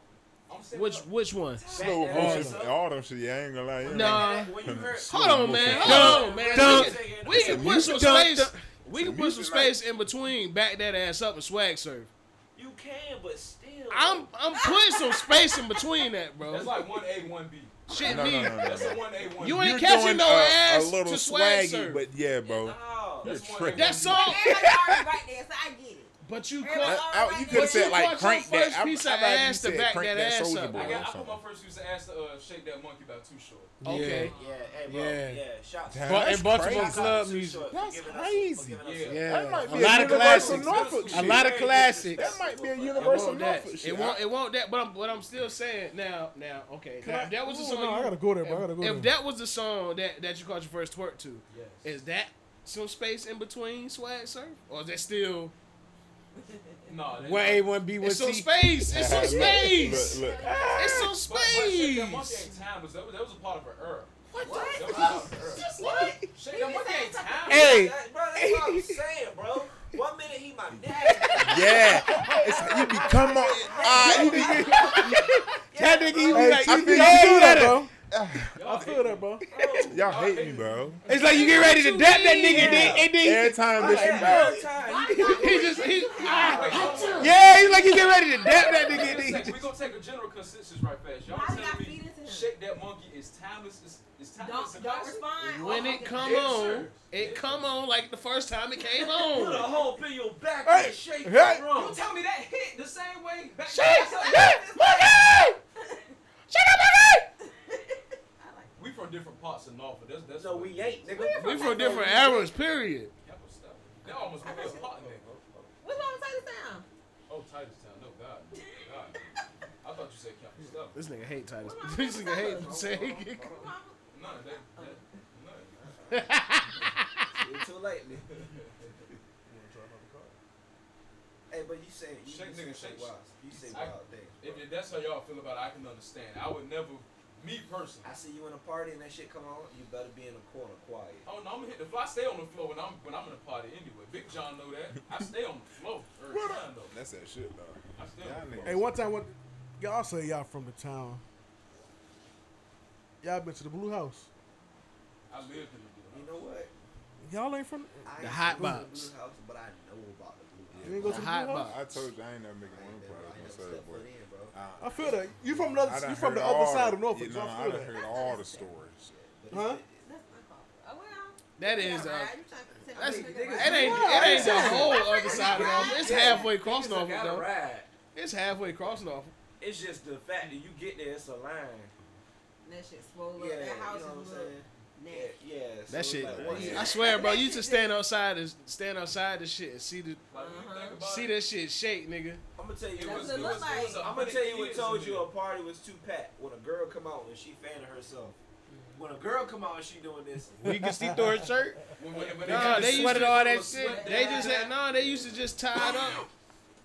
S4: I'm setting
S7: Which
S4: up.
S7: which one?
S6: Slow
S3: Back
S6: motion,
S3: ass up.
S6: all them shit. Yeah, I ain't gonna lie.
S7: No. Nah.
S3: When you heard,
S7: Hold on, man. Hold
S9: Dun,
S7: on, man.
S9: dun,
S7: We
S3: we,
S7: can put some
S6: music
S7: space.
S6: night.
S7: We can
S6: a
S7: put some
S6: music night.
S7: space in between. Back that ass up and swag surf.
S3: you can, but still,
S7: I'm I'm putting some space in between that, bro.
S4: That's like one A, one B.
S7: Shit,
S6: No,
S7: me.
S6: no, no, no,
S4: That's a
S6: no.
S4: one A, one B.
S7: You ain't
S6: You're
S7: catching
S6: doing
S7: no
S6: a,
S7: ass
S6: a little
S7: to swag
S6: swaggy,
S7: surf.
S6: but yeah, bro.
S3: No.
S6: You're
S4: That's one
S6: tricky.
S4: A,
S7: That
S4: one B.
S7: song,
S5: Everybody already right there, so I get it.
S7: but you
S5: Everybody
S7: caught.
S5: already
S6: I-
S5: right
S6: you
S5: there.
S6: could have said
S7: you
S6: like
S7: want your
S6: crank that.
S7: first piece of
S6: I, I,
S7: ass to back that ass
S6: Soulja
S7: up.
S6: Boy
S4: I,
S6: or
S4: got, I put
S6: something.
S4: my first use to ask to uh, shake that monkey about too short.
S7: Okay,
S3: Yeah, hey, bro.
S9: Yeah.
S3: Yeah, shout
S6: Damn,
S9: But
S6: that's
S9: in Baltimore
S6: crazy.
S9: club
S3: Too
S9: music.
S3: short for
S6: That's
S3: giving us- for
S6: crazy.
S3: giving us-
S4: Yeah.
S6: That
S9: Yeah,
S6: might
S9: a
S6: be
S9: lot of
S6: universal
S9: classics.
S6: Norfolk
S9: A
S6: shit.
S9: lot of classics.
S6: That might be a
S7: it
S6: universal
S7: won't that.
S6: Norfolk shit.
S7: It won't. It won't that. But I'm. But I'm still saying now. Now, okay. Now, if that was the
S10: Ooh,
S7: song.
S10: no, I
S7: you-
S10: gotta go there, bro.
S7: If,
S10: I gotta go
S7: if
S10: there.
S7: that was the song that that you caught your first twerk to,
S4: Yes.
S7: is that some space in between swag surf, or is that still?
S4: No, that-
S9: One A, one B, one
S7: It's some
S9: C.
S7: space. It's some
S6: Look,
S7: space.
S6: Look, look.
S7: It's some
S4: But, but shake that monkey
S7: space.
S4: ain't time because that was, that was a part of her era.
S5: What?
S4: That was part of her era.
S5: What?
S4: Shake that monkey ain't time.
S9: Hey,
S3: That- bro, that's what I'm saying, bro. One minute he my nigga,
S6: Yeah, it's, you become on. Ah, you be.
S9: that nigga, you
S6: Hey,
S9: like,
S6: I
S9: you
S6: feel
S9: get
S6: you,
S9: ready to-
S6: bro.
S4: Y'all
S10: Feel that, bro.
S6: Y'all hate me, bro.
S9: It's like you get ready to dap that nigga, and then, and
S6: Every
S9: then
S6: time this shit
S3: every
S6: back.
S3: time.
S7: He just. He. Ah,
S9: yeah, you like you get ready to dap that nigga, and then.
S4: We're gonna take a general consensus right fast. Y'all
S5: Why do y'all
S4: telling
S5: feed
S4: me
S5: into him?
S4: shake that monkey is timeless. It's, it's timeless.
S5: Don't don't respond.
S7: when
S5: Oh,
S7: it
S5: okay.
S7: come
S4: Yes,
S7: on,
S4: sir.
S7: it
S4: Yes,
S7: come on like the first time it came
S3: Put a
S7: on.
S3: hole in your back
S6: Hey,
S3: and shake
S6: hey.
S3: your
S4: You
S3: drum.
S4: tell me that hit the same way. Back
S9: Shake that monkey! Shake that monkey!
S4: We from different parts of Norfolk. That's that's
S3: No,
S4: what
S3: we
S4: it is.
S3: ain't, nigga.
S7: We from different eras. Period.
S4: Y'all was stuck. They almost made us hot nigga.
S5: What's wrong with Titus Town?
S4: Oh, Titustown. No God. no, God. I thought you said Captain Stuff.
S7: This nigga hate Titus. This nigga hate saying.
S5: What's wrong with-
S4: No, that, that, no.
S3: It's too late, nigga. Hey, but you saying you,
S4: Shake,
S3: you
S4: nigga,
S3: say
S4: shake.
S3: wild, you say
S4: I-
S3: wild things.
S4: If, if that's how y'all feel about it, I can understand. I would never, me personally.
S3: I see you in a party and that shit come on, you better be in a corner quiet.
S4: Oh no, I'm gonna hit the floor. I stay on the floor when I'm when I'm in a party anyway. Big John know that. I stay on the floor. Every time though.
S6: That's that shit, though.
S4: I stay on the
S10: Hey, one time, what y'all say y'all from the town? Y'all been to the Blue House.
S4: floor. I lived in the
S3: You
S4: building.
S3: know what?
S10: Y'all ain't from.
S3: I
S7: The
S3: ain't
S7: hot
S3: been to
S7: box.
S3: The blue house, but I know about the blue house.
S10: You ain't go to the,
S7: hot
S10: Blue House.
S7: box.
S6: I told you I ain't never making
S3: I
S6: one
S3: ain't never-
S6: play.
S3: I ain't
S6: I'm
S3: never
S6: sorry,
S3: stepped
S6: boy.
S3: foot in, bro.
S10: I feel that you from the other, you from the other side of Norfolk.
S6: No,
S10: so I
S6: I
S10: feel
S6: done
S10: that.
S6: heard all the stories.
S3: But it's-
S10: Huh?
S5: That's my fault. Oh well.
S7: That
S5: Yeah,
S7: is. Uh,
S5: right. You trying to take
S7: that's,
S5: my
S7: it
S5: finger
S7: ain't
S5: right
S7: it ain't the whole other side of Norfolk. It's
S3: Yeah.
S7: halfway across
S3: Niggas
S7: Norfolk
S3: gotta
S7: though.
S3: ride.
S7: It's halfway across Norfolk.
S3: It's just the fact that you get there, it's a line.
S5: That shit swole up.
S3: Yeah,
S5: That house
S3: you know
S5: is
S3: what I'm
S5: little
S3: saying? Yeah,
S5: nasty.
S3: yeah. so
S7: That
S3: it's
S7: shit.
S3: like, what is
S7: I
S3: it?
S7: swear, bro. You just stand outside and stand outside the shit and see the
S4: Like, when you think about
S7: see
S4: it,
S7: that shit shake, nigga.
S3: I'm gonna tell you.
S4: It
S5: Uh-huh. That's
S4: was,
S5: what
S4: it
S5: it
S4: was,
S5: look like.
S4: it was a
S3: I'm gonna
S4: hundred
S3: tell you what
S4: kids
S3: told
S4: in
S3: you
S4: there.
S3: a party was too packed when a girl come out and she fanning herself. When a girl come out and she doing this,
S9: You can see through her shirt.
S4: When, when, when
S7: Nah,
S4: got
S7: they
S4: the
S7: used
S4: sweat
S7: to-
S4: and all that
S9: they
S4: shit.
S7: They just had no. They used to just tie it up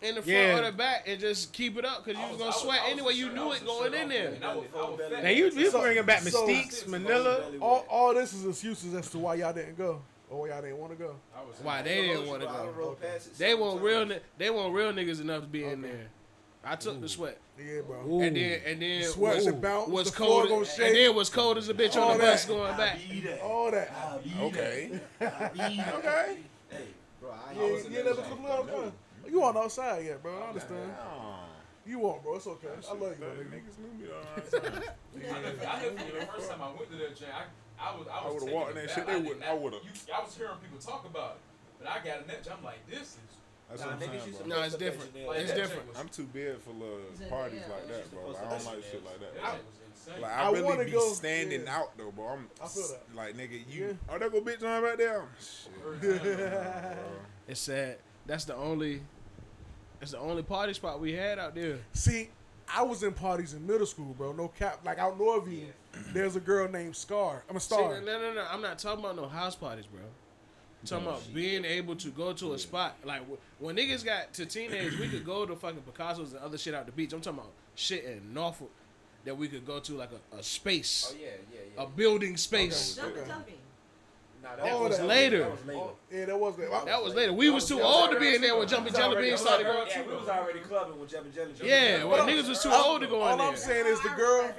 S7: in the front
S9: Yeah.
S7: or the back and just keep it up because you was, gonna sweat anyway. You knew it going in there.
S4: And I was, I was fat.
S9: Now you you
S10: So-
S9: bringing back
S10: so-
S9: Mystiques, Manila.
S10: All, all this is excuses as to why y'all didn't go or why y'all didn't want to go.
S4: I was-
S7: Why they didn't want to
S3: I
S7: go?
S3: done rolled past it
S7: They want
S3: several times.
S7: real. ni- They want real niggas enough to be in there. I took the sweat,
S10: Yeah, bro.
S7: and then and then
S10: Sweat should
S7: was-
S10: bounce.
S7: was
S10: the floor
S7: cold.
S10: gonna
S7: And
S10: shake.
S7: then was cold as a bitch
S10: All
S7: on the bus
S10: that.
S7: going back.
S3: Be that.
S10: all that.
S6: Okay.
S10: Okay.
S3: Hey, bro, I ain't
S10: Yeah, you
S3: was
S10: ain't
S3: in
S10: never
S3: that
S10: to the
S3: shit.
S10: blue house. huh? You on the outside yet, bro? I understand.
S6: Damn.
S10: You want, bro? It's okay. I love you, my nigga.
S6: Niggas knew me the whole time.
S4: I remember, I remember the first time I went to that gym, I, I was, I was.
S6: I would've
S4: taken
S6: walked in that
S4: aback.
S6: shit, they
S4: I did
S6: wouldn't-
S4: not-
S6: I would've.
S4: you- I was hearing people talk about it, but I got in that gym. I'm like, this is.
S6: That's
S3: Nah,
S6: what I'm
S3: niggas
S6: saying,
S3: used to
S6: bro.
S7: No, it's
S3: post up at
S7: different.
S3: Janelle.
S4: Like,
S7: It's
S4: that gym
S7: different.
S4: was-
S6: I'm too big for little parties like that, bro. I don't like shit like that.
S4: That gym was insane.
S6: Like
S10: I
S6: I, really
S10: wanna
S6: be
S10: go-
S6: standing
S10: yeah.
S6: out though, bro. I'm
S10: I feel that.
S6: like nigga, you
S10: Yeah.
S6: oh there go bitch on right there. Shit.
S7: It's sad. That's the only. That's the only party spot we had out there.
S10: See, I was in parties in middle school, bro. No cap, like out Norview. There's a girl named Scar. I'm a
S7: See,
S10: star.
S7: no, no, no. I'm not talking about no house parties, bro. I'm talking about being able to go to a spot like wh- when niggas got to teenage, we could go to fucking Picasso's and other shit out the beach. I'm talking about shit in Norfolk that we could go to like a, a space,
S3: Oh yeah, yeah, yeah.
S7: a building space.
S10: Okay.
S3: Nah,
S7: That
S10: Oh,
S7: was
S10: that-
S7: later.
S3: That was later.
S10: Yeah, that was. I,
S7: That was later. We was too old to be in there when Jumping Jelly Beans started going.
S3: Yeah, we was already clubbing with Jumpin' Jelly.
S7: Yeah,
S10: But
S7: well,
S10: I'm-
S7: niggas was too
S10: I'm-
S7: old to go in
S10: all
S7: there.
S10: I'm saying is the girl,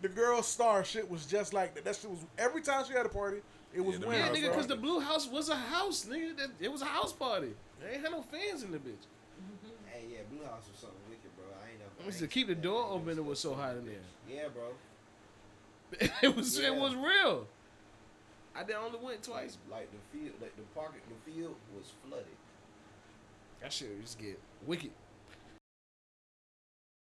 S10: the girl star shit was just like that. That shit was every time she had a party, it was yeah,
S6: Yeah, them
S7: Yeah,
S6: house
S7: nigga, because
S6: parties.
S7: the blue house was a house, nigga. That, it was a house party. They ain't had no fans in the bitch.
S3: Hey, yeah, Blue House was something wicked, bro. I ain't never.
S7: I used to keep the door open. It was so hot in there.
S3: Yeah, bro.
S7: It was
S3: Yeah.
S7: it was real. I done only went twice.
S3: Like the field, like the park, the field was flooded.
S7: That shit just get wicked.